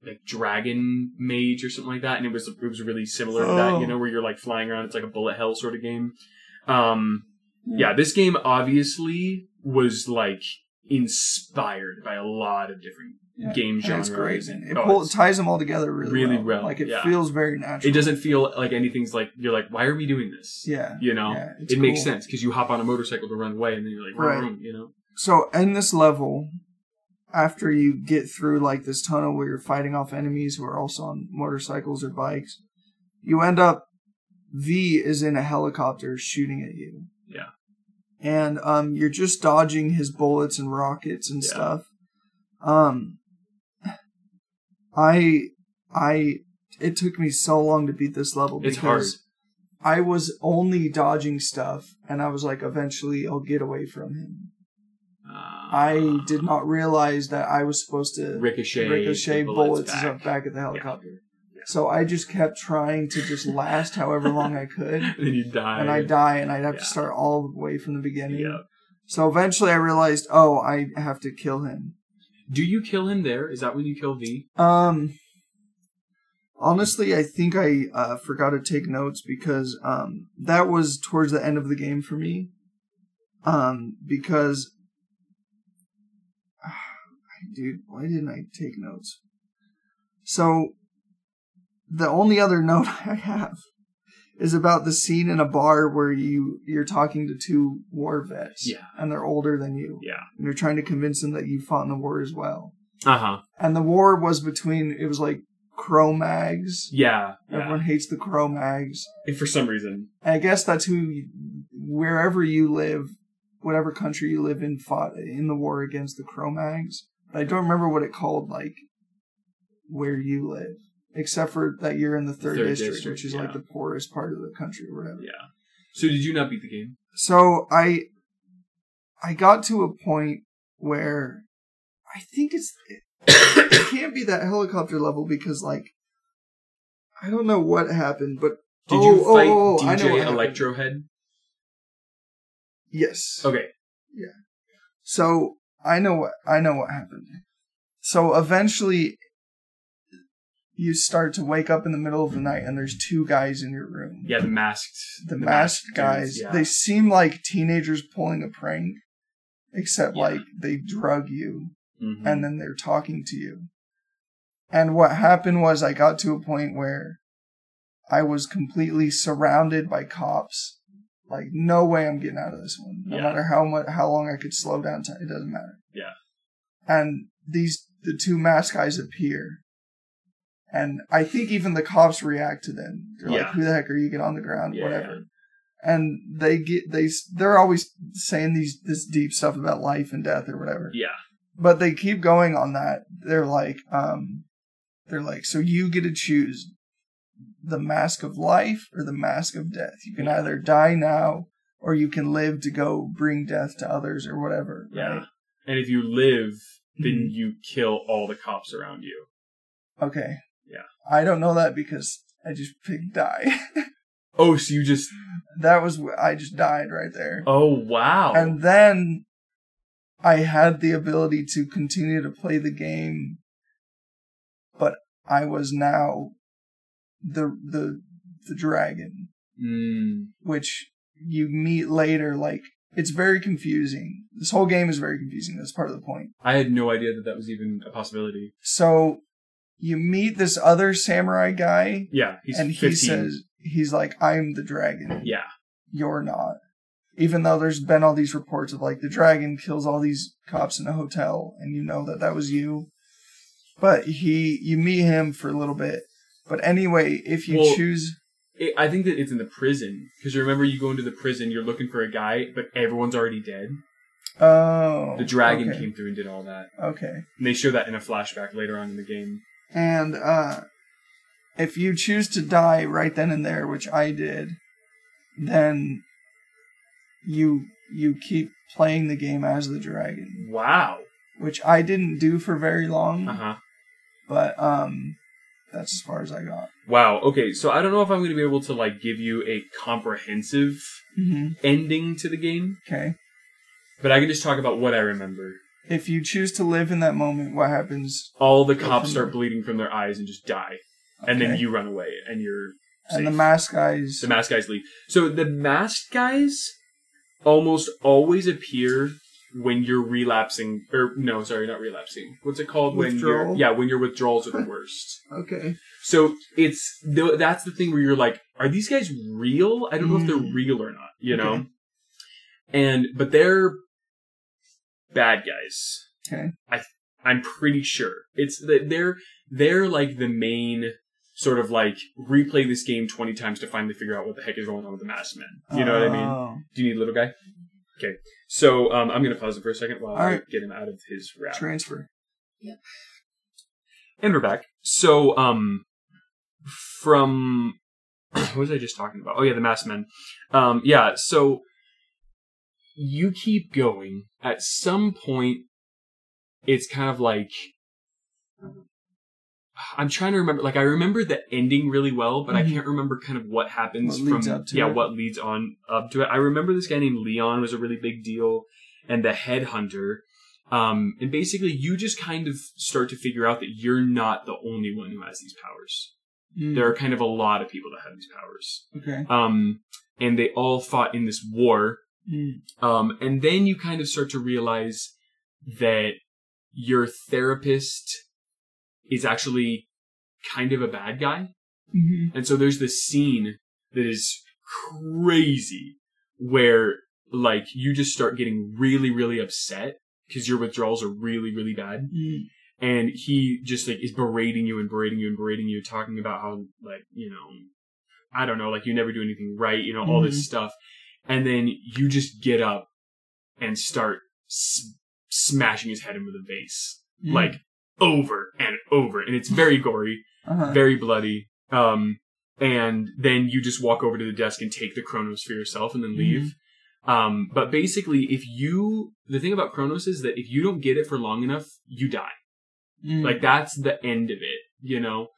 Speaker 2: like dragon mage or something like that and it was it was really similar to that
Speaker 3: Oh.
Speaker 2: you know where you're like flying around it's like a bullet hell sort of game um yeah this game obviously was like inspired by a lot of different
Speaker 3: Yeah.
Speaker 2: game
Speaker 3: And
Speaker 2: genres
Speaker 3: it's great. man. It
Speaker 2: Oh,
Speaker 3: pull,
Speaker 2: it's-
Speaker 3: ties them all together really,
Speaker 2: really
Speaker 3: well.
Speaker 2: well,
Speaker 3: Like it
Speaker 2: yeah.
Speaker 3: feels very natural.
Speaker 2: it doesn't feel like anything's like you're like why are we doing this
Speaker 3: Yeah.
Speaker 2: you know
Speaker 3: yeah,
Speaker 2: it
Speaker 3: it's
Speaker 2: makes
Speaker 3: cool.
Speaker 2: sense because you hop on a motorcycle to run away and then you're like
Speaker 3: Right.
Speaker 2: vroom, you know
Speaker 3: So in this level, after you get through like this tunnel where you're fighting off enemies who are also on motorcycles or bikes, you end up V is in a helicopter shooting at you.
Speaker 2: Yeah.
Speaker 3: And um you're just dodging his bullets and rockets and
Speaker 2: Yeah.
Speaker 3: stuff. Um I I it took me so long to beat this level
Speaker 2: It's hard.
Speaker 3: I was only dodging stuff and I was like eventually I'll get away from him.
Speaker 2: uh,
Speaker 3: I did not realize that I was supposed to
Speaker 2: (laughs) ricochet
Speaker 3: ricochet,
Speaker 2: the
Speaker 3: bullets,
Speaker 2: back.
Speaker 3: up back at the helicopter. So I just kept trying to just last however long I
Speaker 2: (laughs)
Speaker 3: could,
Speaker 2: (laughs) and then you die
Speaker 3: and I'd die, and I'd have
Speaker 2: yeah.
Speaker 3: to start all the way from the beginning.
Speaker 2: yeah
Speaker 3: So eventually I realized, oh, I have to kill him.
Speaker 2: do you kill him there is that when you kill v
Speaker 3: Um, honestly, I think I uh, forgot to take notes because um, that was towards the end of the game for me. Um, because, (sighs) dude, why didn't I take notes? So, the only other (laughs) note I have is about the scene in a bar where you you're talking to two war vets,
Speaker 2: Yeah.
Speaker 3: and they're older than you,
Speaker 2: yeah
Speaker 3: and you're trying to convince them that you fought in the war as well
Speaker 2: uh-huh
Speaker 3: and the war was between it was like Cro Mags.
Speaker 2: yeah, yeah.
Speaker 3: Everyone hates the Cro Mags.
Speaker 2: And for some reason
Speaker 3: I guess that's who, you- wherever you live, whatever country you live in, fought in the war against the Cro Mags. I don't remember what it called like where you live, except for that you're in the third,
Speaker 2: Third
Speaker 3: district,
Speaker 2: district,
Speaker 3: which is like
Speaker 2: yeah.
Speaker 3: the poorest part of the country or whatever.
Speaker 2: yeah so did you not beat the
Speaker 3: (coughs)
Speaker 2: game
Speaker 3: So I, I got to a point where I think it's it can't be that helicopter level because like I don't know what happened, but
Speaker 2: did
Speaker 3: Oh,
Speaker 2: you
Speaker 3: oh,
Speaker 2: fight
Speaker 3: oh, I know what
Speaker 2: dj
Speaker 3: happened.
Speaker 2: electrohead
Speaker 3: yes.
Speaker 2: okay
Speaker 3: So I know what I know what happened. So eventually you start to wake up in the middle of the night and there's two guys in your room.
Speaker 2: yeah the masked
Speaker 3: The, masked, guys,
Speaker 2: dudes, yeah.
Speaker 3: they seem like teenagers pulling a prank, except
Speaker 2: Yeah.
Speaker 3: like they drug you.
Speaker 2: Mhm.
Speaker 3: and then they're talking to you. And what happened was I got to a point where I was completely surrounded by cops. Like no way I'm getting out of this one. No
Speaker 2: Yeah.
Speaker 3: matter how much how long I could slow down time, it doesn't matter.
Speaker 2: Yeah.
Speaker 3: And these the two masked guys appear. And I think even the cops react to them. They're
Speaker 2: Yeah.
Speaker 3: like, "Who the heck are you? Get on the ground,
Speaker 2: Yeah,
Speaker 3: whatever." And they get they s- they're always saying these this deep stuff about life and death or whatever
Speaker 2: yeah
Speaker 3: but they keep going on that. They're like, um, they're like, so you get to choose the mask of life or the mask of death. You can either die now or you can live to go bring death to others or whatever.
Speaker 2: Yeah.
Speaker 3: right?
Speaker 2: And if you live,
Speaker 3: Hmm.
Speaker 2: then you kill all the cops around you.
Speaker 3: Okay.
Speaker 2: Yeah.
Speaker 3: I don't know that because I just picked die. (laughs)
Speaker 2: Oh, so you just
Speaker 3: that was wh- I just died right there.
Speaker 2: Oh wow.
Speaker 3: And then I had the ability to continue to play the game, but I was now the the the dragon,
Speaker 2: Mm,
Speaker 3: which you meet later. Like it's very confusing. This whole game is very confusing. That's part of the point.
Speaker 2: I had no idea that that was even a possibility.
Speaker 3: So you meet this other samurai guy,
Speaker 2: Yeah, he's
Speaker 3: and
Speaker 2: 15.
Speaker 3: he says he's like, "I'm the dragon."
Speaker 2: yeah.
Speaker 3: you're not. Even though there's been all these reports of like the dragon kills all these cops in a hotel, and you know that that was you. But he, you meet him for a little bit. But anyway, if you
Speaker 2: Well-
Speaker 3: choose,
Speaker 2: It, I think that it's in the prison because you remember you go into the prison, you're looking for a guy, but everyone's already dead.
Speaker 3: oh,
Speaker 2: The dragon
Speaker 3: okay,
Speaker 2: came through and did all that.
Speaker 3: Okay,
Speaker 2: And they show that in a flashback later on in the game.
Speaker 3: and uh, if you choose to die right then and there, which I did, then you you keep playing the game as the dragon,
Speaker 2: Wow.
Speaker 3: which I didn't do for very long.
Speaker 2: Uh huh.
Speaker 3: but um that's as far as i got
Speaker 2: Wow. Okay. So I don't know if I'm going to be able to like give you a comprehensive
Speaker 3: mm-hmm.
Speaker 2: ending to the game,
Speaker 3: okay
Speaker 2: but I can just talk about what I remember.
Speaker 3: if you choose to live in that moment what happens
Speaker 2: All the cops start bleeding from their eyes and just die, and then
Speaker 3: Okay.
Speaker 2: you run away and you're
Speaker 3: and the
Speaker 2: safe.
Speaker 3: mask guys
Speaker 2: The masked guys leave. So the masked guys almost always appear when you're relapsing, or no, sorry, not relapsing. What's it called when
Speaker 3: Withdrawal?
Speaker 2: you're yeah when your withdrawals are the worst.
Speaker 3: okay
Speaker 2: So it's th- that's the thing where you're like, are these guys real? I don't know if they're
Speaker 3: Mm.
Speaker 2: real or not. You know,
Speaker 3: Okay.
Speaker 2: and but they're bad guys.
Speaker 3: Okay.
Speaker 2: I I'm pretty sure it's that they're they're like the main sort of like replay this game 20 times to finally figure out what the heck is going on with the masked men. You know what
Speaker 3: Ah.
Speaker 2: I mean?
Speaker 3: Oh.
Speaker 2: Do you need a little guy? Okay. So um, I'm going to pause it for a second while
Speaker 3: All right.
Speaker 2: I get him out of his wrap.
Speaker 3: transfer
Speaker 2: And we're back. So, um, from (clears throat) what was I just talking about? Oh yeah, the masked men. Um, yeah. So you keep going. At some point, it's kind of like I'm trying to remember. Like I remember the ending really well, but I
Speaker 3: Mhm.
Speaker 2: can't remember kind of what happens
Speaker 3: What leads
Speaker 2: from
Speaker 3: up to
Speaker 2: yeah
Speaker 3: it.
Speaker 2: what leads on up to it. I remember this guy named Leon was a really big deal, and the headhunter. Um, and basically, you just kind of start to figure out that you're not the only one who has these powers.
Speaker 3: Mm,
Speaker 2: There are kind of a lot of people that have these powers.
Speaker 3: okay
Speaker 2: Um, and they all fought in this war.
Speaker 3: Mm,
Speaker 2: Um, and then you kind of start to realize that your therapist is actually kind of a bad guy.
Speaker 3: mhm.
Speaker 2: And so there's this scene that is crazy where like you just start getting really, really upset because your withdrawals are really, really bad.
Speaker 3: Mm,
Speaker 2: And he just like is berating you and berating you and berating you, talking about how like, you know, I don't know, like you never do anything right, you know, all this stuff. And then you just get up and start s- smashing his head in with a vase,
Speaker 3: mm.
Speaker 2: like over and over. And it's very gory
Speaker 3: uh-huh.
Speaker 2: very bloody. Um, and then you just walk over to the desk and take the Chronos for yourself
Speaker 3: Mm-hmm.
Speaker 2: and then leave. Um, but basically, if you, the thing about Chronos is that if you don't get it for long enough, you die.
Speaker 3: Mm,
Speaker 2: Like that's the end of it, you know?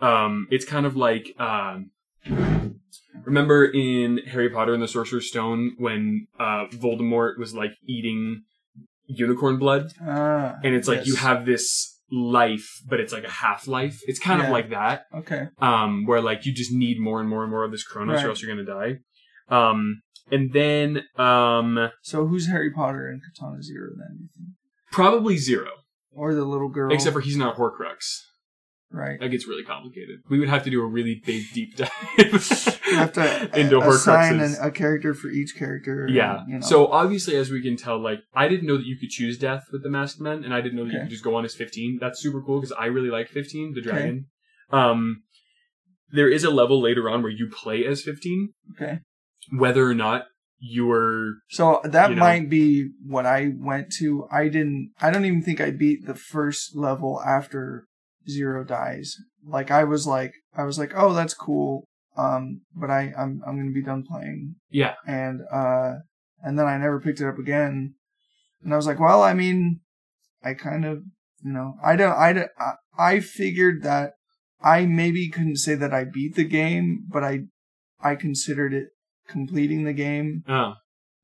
Speaker 2: Um, it's kind of like, um, remember in Harry Potter and the Sorcerer's Stone when, uh, Voldemort was like eating unicorn blood?
Speaker 3: ah,
Speaker 2: And it's like you
Speaker 3: yes.
Speaker 2: have this life, but it's like a half life. It's kind of
Speaker 3: Yeah.
Speaker 2: like that
Speaker 3: okay
Speaker 2: um, where like you just need more and more and more of this Chronos,
Speaker 3: Right.
Speaker 2: or else you're gonna die. Um, and then um,
Speaker 3: so who's harry potter and katana zero then you think?
Speaker 2: probably zero,
Speaker 3: or the little girl
Speaker 2: except for he's not a Horcrux. (laughs)
Speaker 3: right
Speaker 2: That gets really complicated. We would have to do a really big deep (laughs) dive into
Speaker 3: you have to a- assign an,
Speaker 2: Horcruxes.
Speaker 3: a character for each character and,
Speaker 2: yeah.
Speaker 3: you know.
Speaker 2: So obviously, as we can tell, like I didn't know that you could choose death with the Masked Men, and I didn't know that you
Speaker 3: Okay.
Speaker 2: could just go on as fifteen. That's super cool because I really like fifteen, the
Speaker 3: Okay.
Speaker 2: dragon. Um, there is a level later on where you play as fifteen.
Speaker 3: Okay.
Speaker 2: Whether or not you were
Speaker 3: So that
Speaker 2: You know?
Speaker 3: might be what I went to. I didn't. I don't even think I beat the first level after Zero dies. Like I was like, I was like, oh, that's cool. Um, but I I'm I'm gonna be done playing.
Speaker 2: Yeah.
Speaker 3: And uh, and then I never picked it up again, and I was like, well, I mean, I kind of you know I don't I don't, I, I figured that I maybe couldn't say that I beat the game, but I I considered it completing the game
Speaker 2: Oh.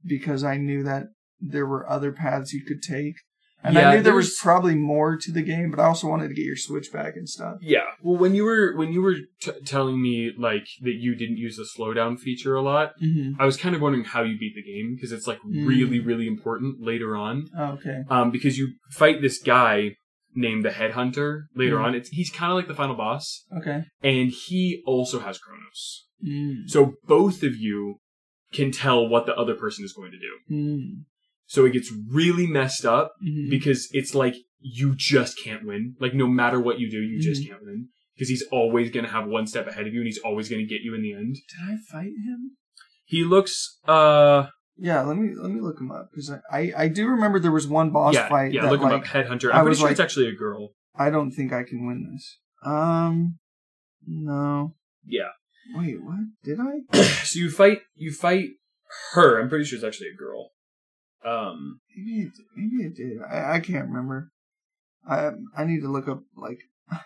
Speaker 3: because I knew that there were other paths you could take. And
Speaker 2: Yeah,
Speaker 3: I knew there was
Speaker 2: there's-
Speaker 3: probably more to the game, but I also wanted to get your switch back and stuff.
Speaker 2: Yeah. Well, when you were when you were t- telling me like that you didn't use the slowdown feature a lot,
Speaker 3: Mm-hmm.
Speaker 2: I was kind of wondering how you beat the game because it's like
Speaker 3: Mm.
Speaker 2: really really important later on.
Speaker 3: Oh, okay.
Speaker 2: Um, because you fight this guy named the Headhunter later
Speaker 3: Mm.
Speaker 2: on. It's he's kind of like the final boss,
Speaker 3: Okay.
Speaker 2: and he also has Chronos.
Speaker 3: Mm.
Speaker 2: So both of you can tell what the other person is going to do. Mm-hmm.
Speaker 3: Mm.
Speaker 2: So it gets really messed up
Speaker 3: Mhm.
Speaker 2: because it's like you just can't win. Like no matter what you do, you
Speaker 3: Mm-hmm.
Speaker 2: just can't win because he's always going to have one step ahead of you and he's always going to get you in the end.
Speaker 3: Did I fight him?
Speaker 2: He looks uh
Speaker 3: Yeah, let me let me look him up because I, I I do remember there was one boss
Speaker 2: yeah,
Speaker 3: fight
Speaker 2: yeah,
Speaker 3: that
Speaker 2: look him
Speaker 3: like
Speaker 2: up headhunter.
Speaker 3: I
Speaker 2: I'm pretty
Speaker 3: was
Speaker 2: sure it's
Speaker 3: like-
Speaker 2: actually a girl.
Speaker 3: I don't think I can win this. Um, no.
Speaker 2: Yeah.
Speaker 3: Wait, what? Did I?
Speaker 2: (clears throat) So you fight you fight her. I'm pretty sure it's actually a girl. Um
Speaker 3: Maybe it, maybe it did. I, I can't remember. I I need to look up like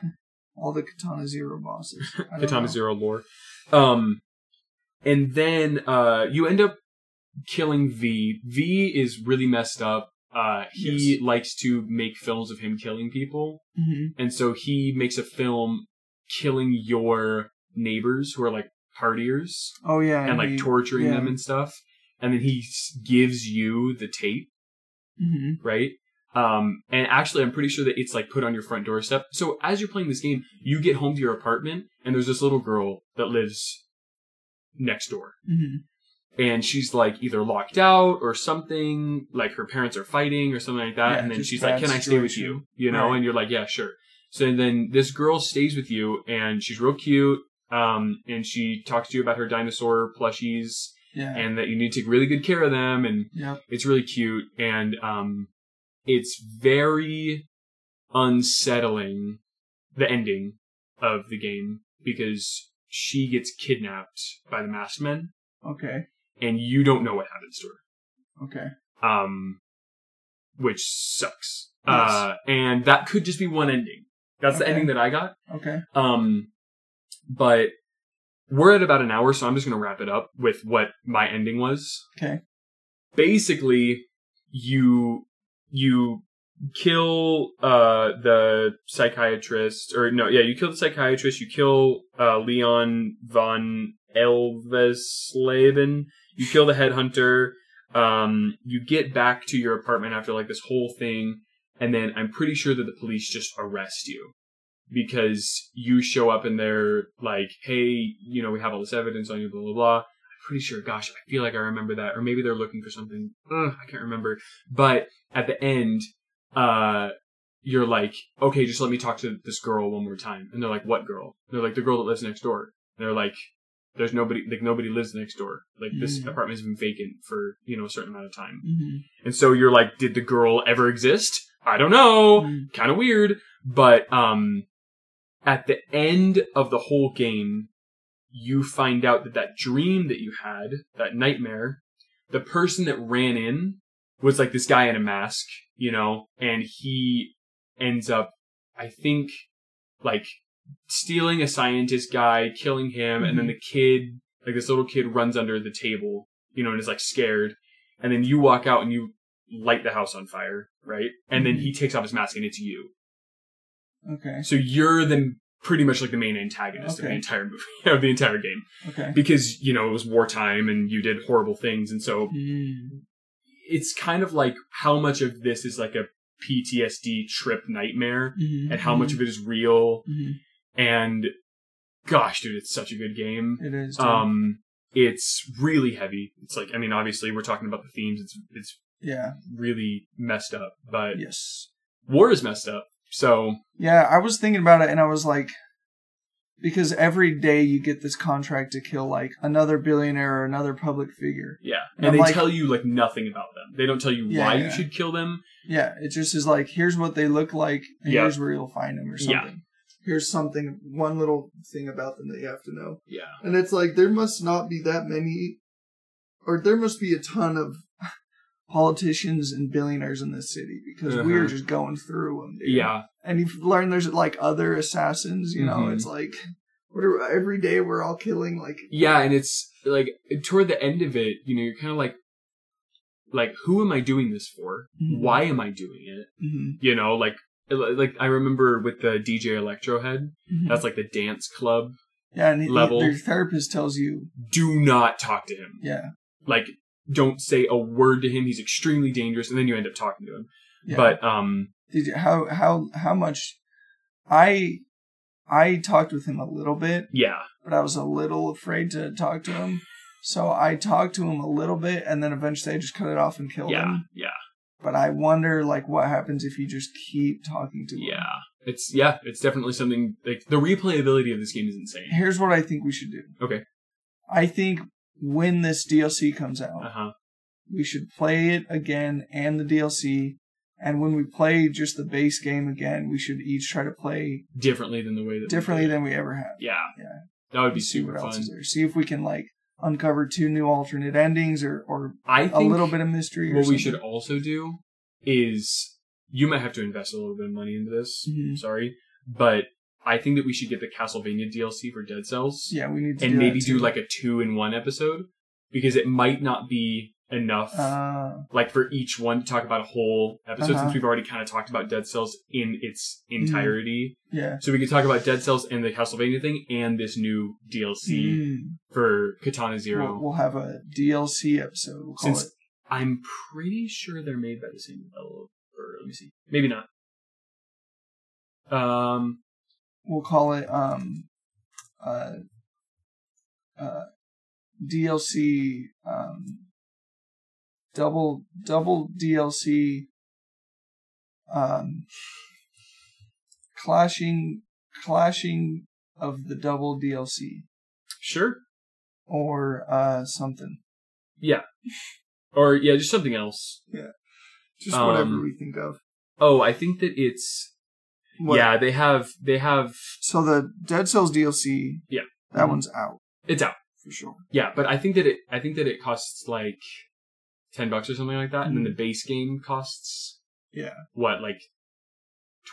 Speaker 3: (laughs) all the Katana Zero bosses. I don't
Speaker 2: Katana
Speaker 3: know.
Speaker 2: Zero lore. Um, and then uh, you end up killing V. V is really messed up. Uh, he
Speaker 3: Yes.
Speaker 2: likes to make films of him killing people,
Speaker 3: Mhm.
Speaker 2: and so he makes a film killing your neighbors who are like partiers
Speaker 3: Oh yeah,
Speaker 2: and like torturing
Speaker 3: yeah.
Speaker 2: them and stuff. And then he s- gives you the tape,
Speaker 3: hmm
Speaker 2: right? Um, and actually, I'm pretty sure that it's like put on your front doorstep. So as you're playing this game, you get home to your apartment, and there's this little girl that lives next door,
Speaker 3: hmm
Speaker 2: and she's like either locked out or something. Like her parents are fighting or something like that,
Speaker 3: Yeah,
Speaker 2: and then
Speaker 3: just
Speaker 2: she's like,
Speaker 3: bad
Speaker 2: "Can I stay with you?"
Speaker 3: situation.
Speaker 2: You know,
Speaker 3: Right.
Speaker 2: and you're like, "Yeah, sure." So then this girl stays with you, and she's real cute. Um, and she talks to you about her dinosaur plushies
Speaker 3: Yeah.
Speaker 2: and that you need to take really good care of them and
Speaker 3: yep.
Speaker 2: it's really cute and um it's very unsettling the ending of the game because she gets kidnapped by the masked men
Speaker 3: Okay.
Speaker 2: and you don't know what happens to
Speaker 3: Okay.
Speaker 2: her um which sucks uh and that could just be one ending that's the
Speaker 3: Okay.
Speaker 2: ending that i got
Speaker 3: Okay.
Speaker 2: um but we're at about an hour so i'm just going to wrap it up with what my ending was
Speaker 3: Okay.
Speaker 2: basically you you kill uh the psychiatrist or no yeah you kill the psychiatrist you kill uh leon von elvesleben you kill the headhunter um you get back to your apartment after like this whole thing and then i'm pretty sure that the police just arrest you because you show up and they're like hey you know we have all this evidence on you blah blah blah pretty sure. Gosh, I feel like I remember that, or maybe they're looking for something. Ugh, I can't remember. But at the end, uh, you're like, okay, just let me talk to this girl one more time. And they're like, what girl? And they're like, the girl that lives next door. And they're like, there's nobody, like nobody lives next door. Like this
Speaker 3: Mhm.
Speaker 2: apartment's been vacant for you know a certain amount of time.
Speaker 3: Mhm.
Speaker 2: And so you're like, did the girl ever exist? I don't know
Speaker 3: Mhm.
Speaker 2: kind of weird, but um at the end of the whole game, you find out that that dream that you had, that nightmare, the person that ran in was like this guy in a mask, you know, and he ends up I think like stealing a scientist guy, killing him, and then the kid, like this little kid runs under the table, you know, and is like scared. And then you walk out and you light the house on fire, right? And then he takes off his mask and it's you.
Speaker 3: Okay.
Speaker 2: So you're the pretty much like the main antagonist of the
Speaker 3: Okay.
Speaker 2: entire movie (laughs) of the entire game
Speaker 3: Okay.
Speaker 2: because you know it was wartime and you did horrible things and so
Speaker 3: Mm.
Speaker 2: it's kind of like how much of this is like a PTSD trip nightmare
Speaker 3: Mhm.
Speaker 2: and how much of it is real
Speaker 3: Mhm.
Speaker 2: and gosh dude it's such a good game
Speaker 3: It is. dude.
Speaker 2: um it's really heavy it's like i mean obviously we're talking about the themes it's it's
Speaker 3: yeah.
Speaker 2: really messed up but
Speaker 3: Yes.
Speaker 2: war is messed up so
Speaker 3: Yeah, I was thinking about it, and I was like, because every day you get this contract to kill like another billionaire or another public figure.
Speaker 2: Yeah, and
Speaker 3: And I'm
Speaker 2: they
Speaker 3: like-
Speaker 2: tell you like nothing about them. They don't tell you
Speaker 3: Yeah,
Speaker 2: why
Speaker 3: yeah.
Speaker 2: you should kill them.
Speaker 3: Yeah, it just is like here's what they look like, and
Speaker 2: Yeah.
Speaker 3: here's where you'll find them or
Speaker 2: Yeah.
Speaker 3: something. here's something, one little thing about them that you have to know.
Speaker 2: Yeah.
Speaker 3: And it's like, there must not be that many, or there must be a ton of (laughs) politicians and billionaires in this city because we are
Speaker 2: Uh-huh.
Speaker 3: just going through them. dude.
Speaker 2: Yeah.
Speaker 3: And you've learned there's like other assassins, you know,
Speaker 2: Mhm.
Speaker 3: it's like, what are, every day we're all killing, like,
Speaker 2: Yeah, and it's like toward the end of it, you know, you're kind of like, like, who am I doing this for?
Speaker 3: Mhm.
Speaker 2: Why am I doing it?
Speaker 3: mhm,
Speaker 2: You know, like, uh, like I remember with the DJ Electrohead,
Speaker 3: mhm.
Speaker 2: that's like the dance club.
Speaker 3: yeah, and it-
Speaker 2: level.
Speaker 3: your therapist tells you,
Speaker 2: Do not talk to him.
Speaker 3: yeah,
Speaker 2: Like, don't say a word to him. He's extremely dangerous, and then you end up talking to him.
Speaker 3: yeah.
Speaker 2: But um,
Speaker 3: did you, how how how much i i talked with him a little bit
Speaker 2: yeah,
Speaker 3: but i was a little afraid to talk to him so i talked to him a little bit and then eventually i just cut it off and killed
Speaker 2: yeah,
Speaker 3: him
Speaker 2: yeah,
Speaker 3: but i wonder like what happens if you just keep talking to him
Speaker 2: yeah. It's yeah, it's definitely something like the replayability of this game is insane.
Speaker 3: here's what i think we should do
Speaker 2: Okay.
Speaker 3: i think when this dlc comes out
Speaker 2: Uh huh.
Speaker 3: we should play it again and the dlc and when we play just the base game again we should each try to play
Speaker 2: Differently than the way that we
Speaker 3: differently
Speaker 2: did it.
Speaker 3: than we ever have
Speaker 2: yeah,
Speaker 3: Yeah.
Speaker 2: that would be
Speaker 3: see
Speaker 2: super
Speaker 3: what else
Speaker 2: fun.
Speaker 3: is there. See if we can like uncover two new alternate endings or or
Speaker 2: I think
Speaker 3: a little bit of mystery. Or
Speaker 2: What we should also do is you might have to invest a little bit of money into this.
Speaker 3: Mhm.
Speaker 2: Sorry, but I think that we should get the Castlevania DLC for Dead Cells
Speaker 3: yeah, we need to
Speaker 2: and
Speaker 3: do
Speaker 2: maybe
Speaker 3: that
Speaker 2: do
Speaker 3: too.
Speaker 2: like a two in one episode because it might not be enough
Speaker 3: uh,
Speaker 2: like for each one to talk about a whole episode
Speaker 3: Uh-huh. Mm-hmm.
Speaker 2: since we've already kind of talked about Dead Cells in its entirety.
Speaker 3: yeah.
Speaker 2: So we could talk about Dead Cells and the Castlevania thing and this new DLC
Speaker 3: Mm.
Speaker 2: for Katana 0
Speaker 3: We'll, we'll have a DLC episode. We'll call
Speaker 2: Since-
Speaker 3: it.
Speaker 2: I'm pretty sure they're made by the same developer. Let me see. Maybe not. Um.
Speaker 3: We'll call it um, uh, uh, DLC um, double double DLC um, clashing clashing of the double DLC.
Speaker 2: Sure.
Speaker 3: or uh something.
Speaker 2: Or yeah, just something else.
Speaker 3: Just
Speaker 2: Um,
Speaker 3: whatever we think of.
Speaker 2: Oh, I think that it's
Speaker 3: What-
Speaker 2: yeah. They have they have
Speaker 3: So the Dead Cells DLC.
Speaker 2: Yeah.
Speaker 3: That
Speaker 2: Mhm.
Speaker 3: one's out
Speaker 2: it's out.
Speaker 3: for sure.
Speaker 2: Yeah, but I think that it I think that it costs like ten bucks or something like that, and then the base game costs
Speaker 3: Hmm. Yeah.
Speaker 2: what like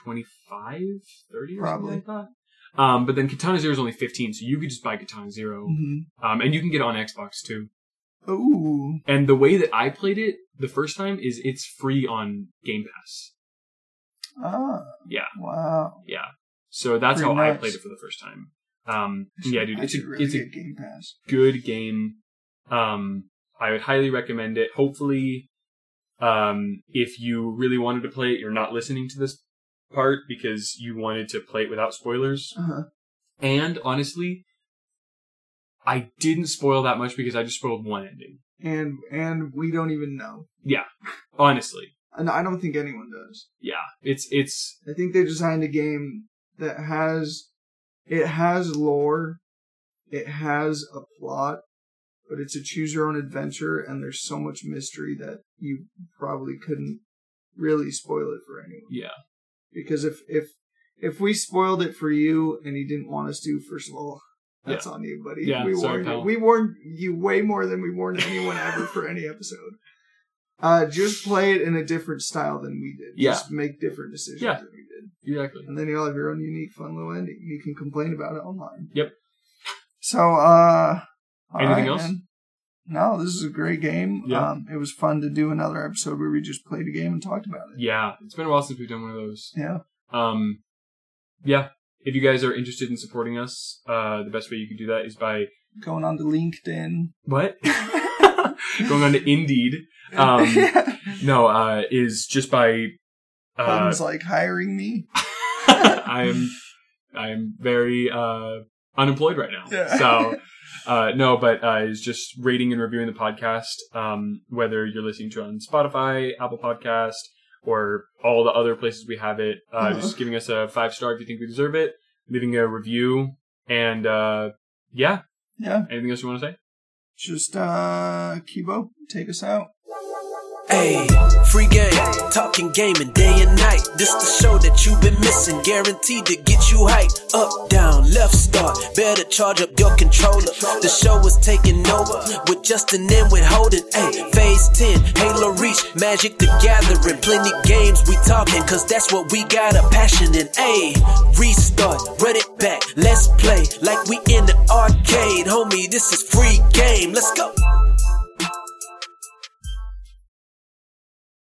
Speaker 2: 25 30 or
Speaker 3: Probably.
Speaker 2: something like that. Um, but then Katana Zero is only fifteen, so you could just buy Katana 0
Speaker 3: Mm-hmm.
Speaker 2: Um, and you can get it on Xbox too.
Speaker 3: Ooh.
Speaker 2: And the way that I played it the first time is it's free on Game Pass.
Speaker 3: Ah.
Speaker 2: Yeah.
Speaker 3: Wow.
Speaker 2: Yeah. So that's
Speaker 3: Pretty
Speaker 2: how I
Speaker 3: nice.
Speaker 2: played it for the first time. Um, yeah, dude,
Speaker 3: I
Speaker 2: it's a,
Speaker 3: should really
Speaker 2: it's a
Speaker 3: get Game Pass.
Speaker 2: good game. Um, I would highly recommend it. Hopefully, um, if you really wanted to play it, you're not listening to this part because you wanted to play it without spoilers.
Speaker 3: Uh-huh.
Speaker 2: And honestly, I didn't spoil that much because I just spoiled one ending.
Speaker 3: And and we don't even know,
Speaker 2: Honestly.
Speaker 3: and I don't think anyone does.
Speaker 2: Yeah. It's, it's,
Speaker 3: I think they designed a game that has it has lore, it has a plot, but it's a choose your own adventure and there's so much mystery that you probably couldn't really spoil it for anyone.
Speaker 2: Yeah.
Speaker 3: Because if if if we spoiled it for you and you didn't want us to, first of all, that's on you, buddy.
Speaker 2: Yeah,
Speaker 3: we
Speaker 2: sorry,
Speaker 3: warned you.
Speaker 2: pal.
Speaker 3: We warned you way more than we warned anyone ever for any episode. Uh, just play it in a different style than we did.
Speaker 2: Yeah.
Speaker 3: Just make different decisions
Speaker 2: Yeah.
Speaker 3: than we did.
Speaker 2: Exactly.
Speaker 3: And then you'll have your own unique, fun little ending. You can complain about it online.
Speaker 2: Yep.
Speaker 3: So, uh, all
Speaker 2: Anything
Speaker 3: right,
Speaker 2: else?
Speaker 3: man. No, this is a great game.
Speaker 2: Yeah.
Speaker 3: Um, it was fun to do another episode where we just played a game and talked about it.
Speaker 2: Yeah, it's been a while since we've done one of those.
Speaker 3: Yeah.
Speaker 2: Um, yeah. If you guys are interested in supporting us, uh, the best way you can do that is by
Speaker 3: Going on to
Speaker 2: (laughs)
Speaker 3: LinkedIn.
Speaker 2: what? Um,
Speaker 3: (laughs)
Speaker 2: Going on to Indeed. Um, No, uh, is just by. Uh, (laughs)
Speaker 3: Puns like hiring me.
Speaker 2: I am, I am very uh, unemployed right now.
Speaker 3: Yeah.
Speaker 2: So. Uh, no, but uh, is just rating and reviewing the podcast, um, whether you're listening to it on Spotify, Apple Podcast, or all the other places we have it. Uh,
Speaker 3: Uh-huh.
Speaker 2: Just giving us a five star if you think we deserve it, leaving a review, and uh, yeah.
Speaker 3: (laughs) Yeah.
Speaker 2: Anything else you want to say?
Speaker 3: Just, uh, Kibo, take us out.
Speaker 4: Hey, free game, top fucking gaming day and night. This the show that you've been missing, guaranteed to get you hyped. Up, down, left, start. Better charge up your controller. The show is taking over with Justin and withholding. Hey, phase 10, Halo Reach, Magic the Gathering. Plenty games we talking, cause that's what we got a passion in. Hey, restart, run it back, let's play like we in the arcade. Homie, this is free game. Let's go.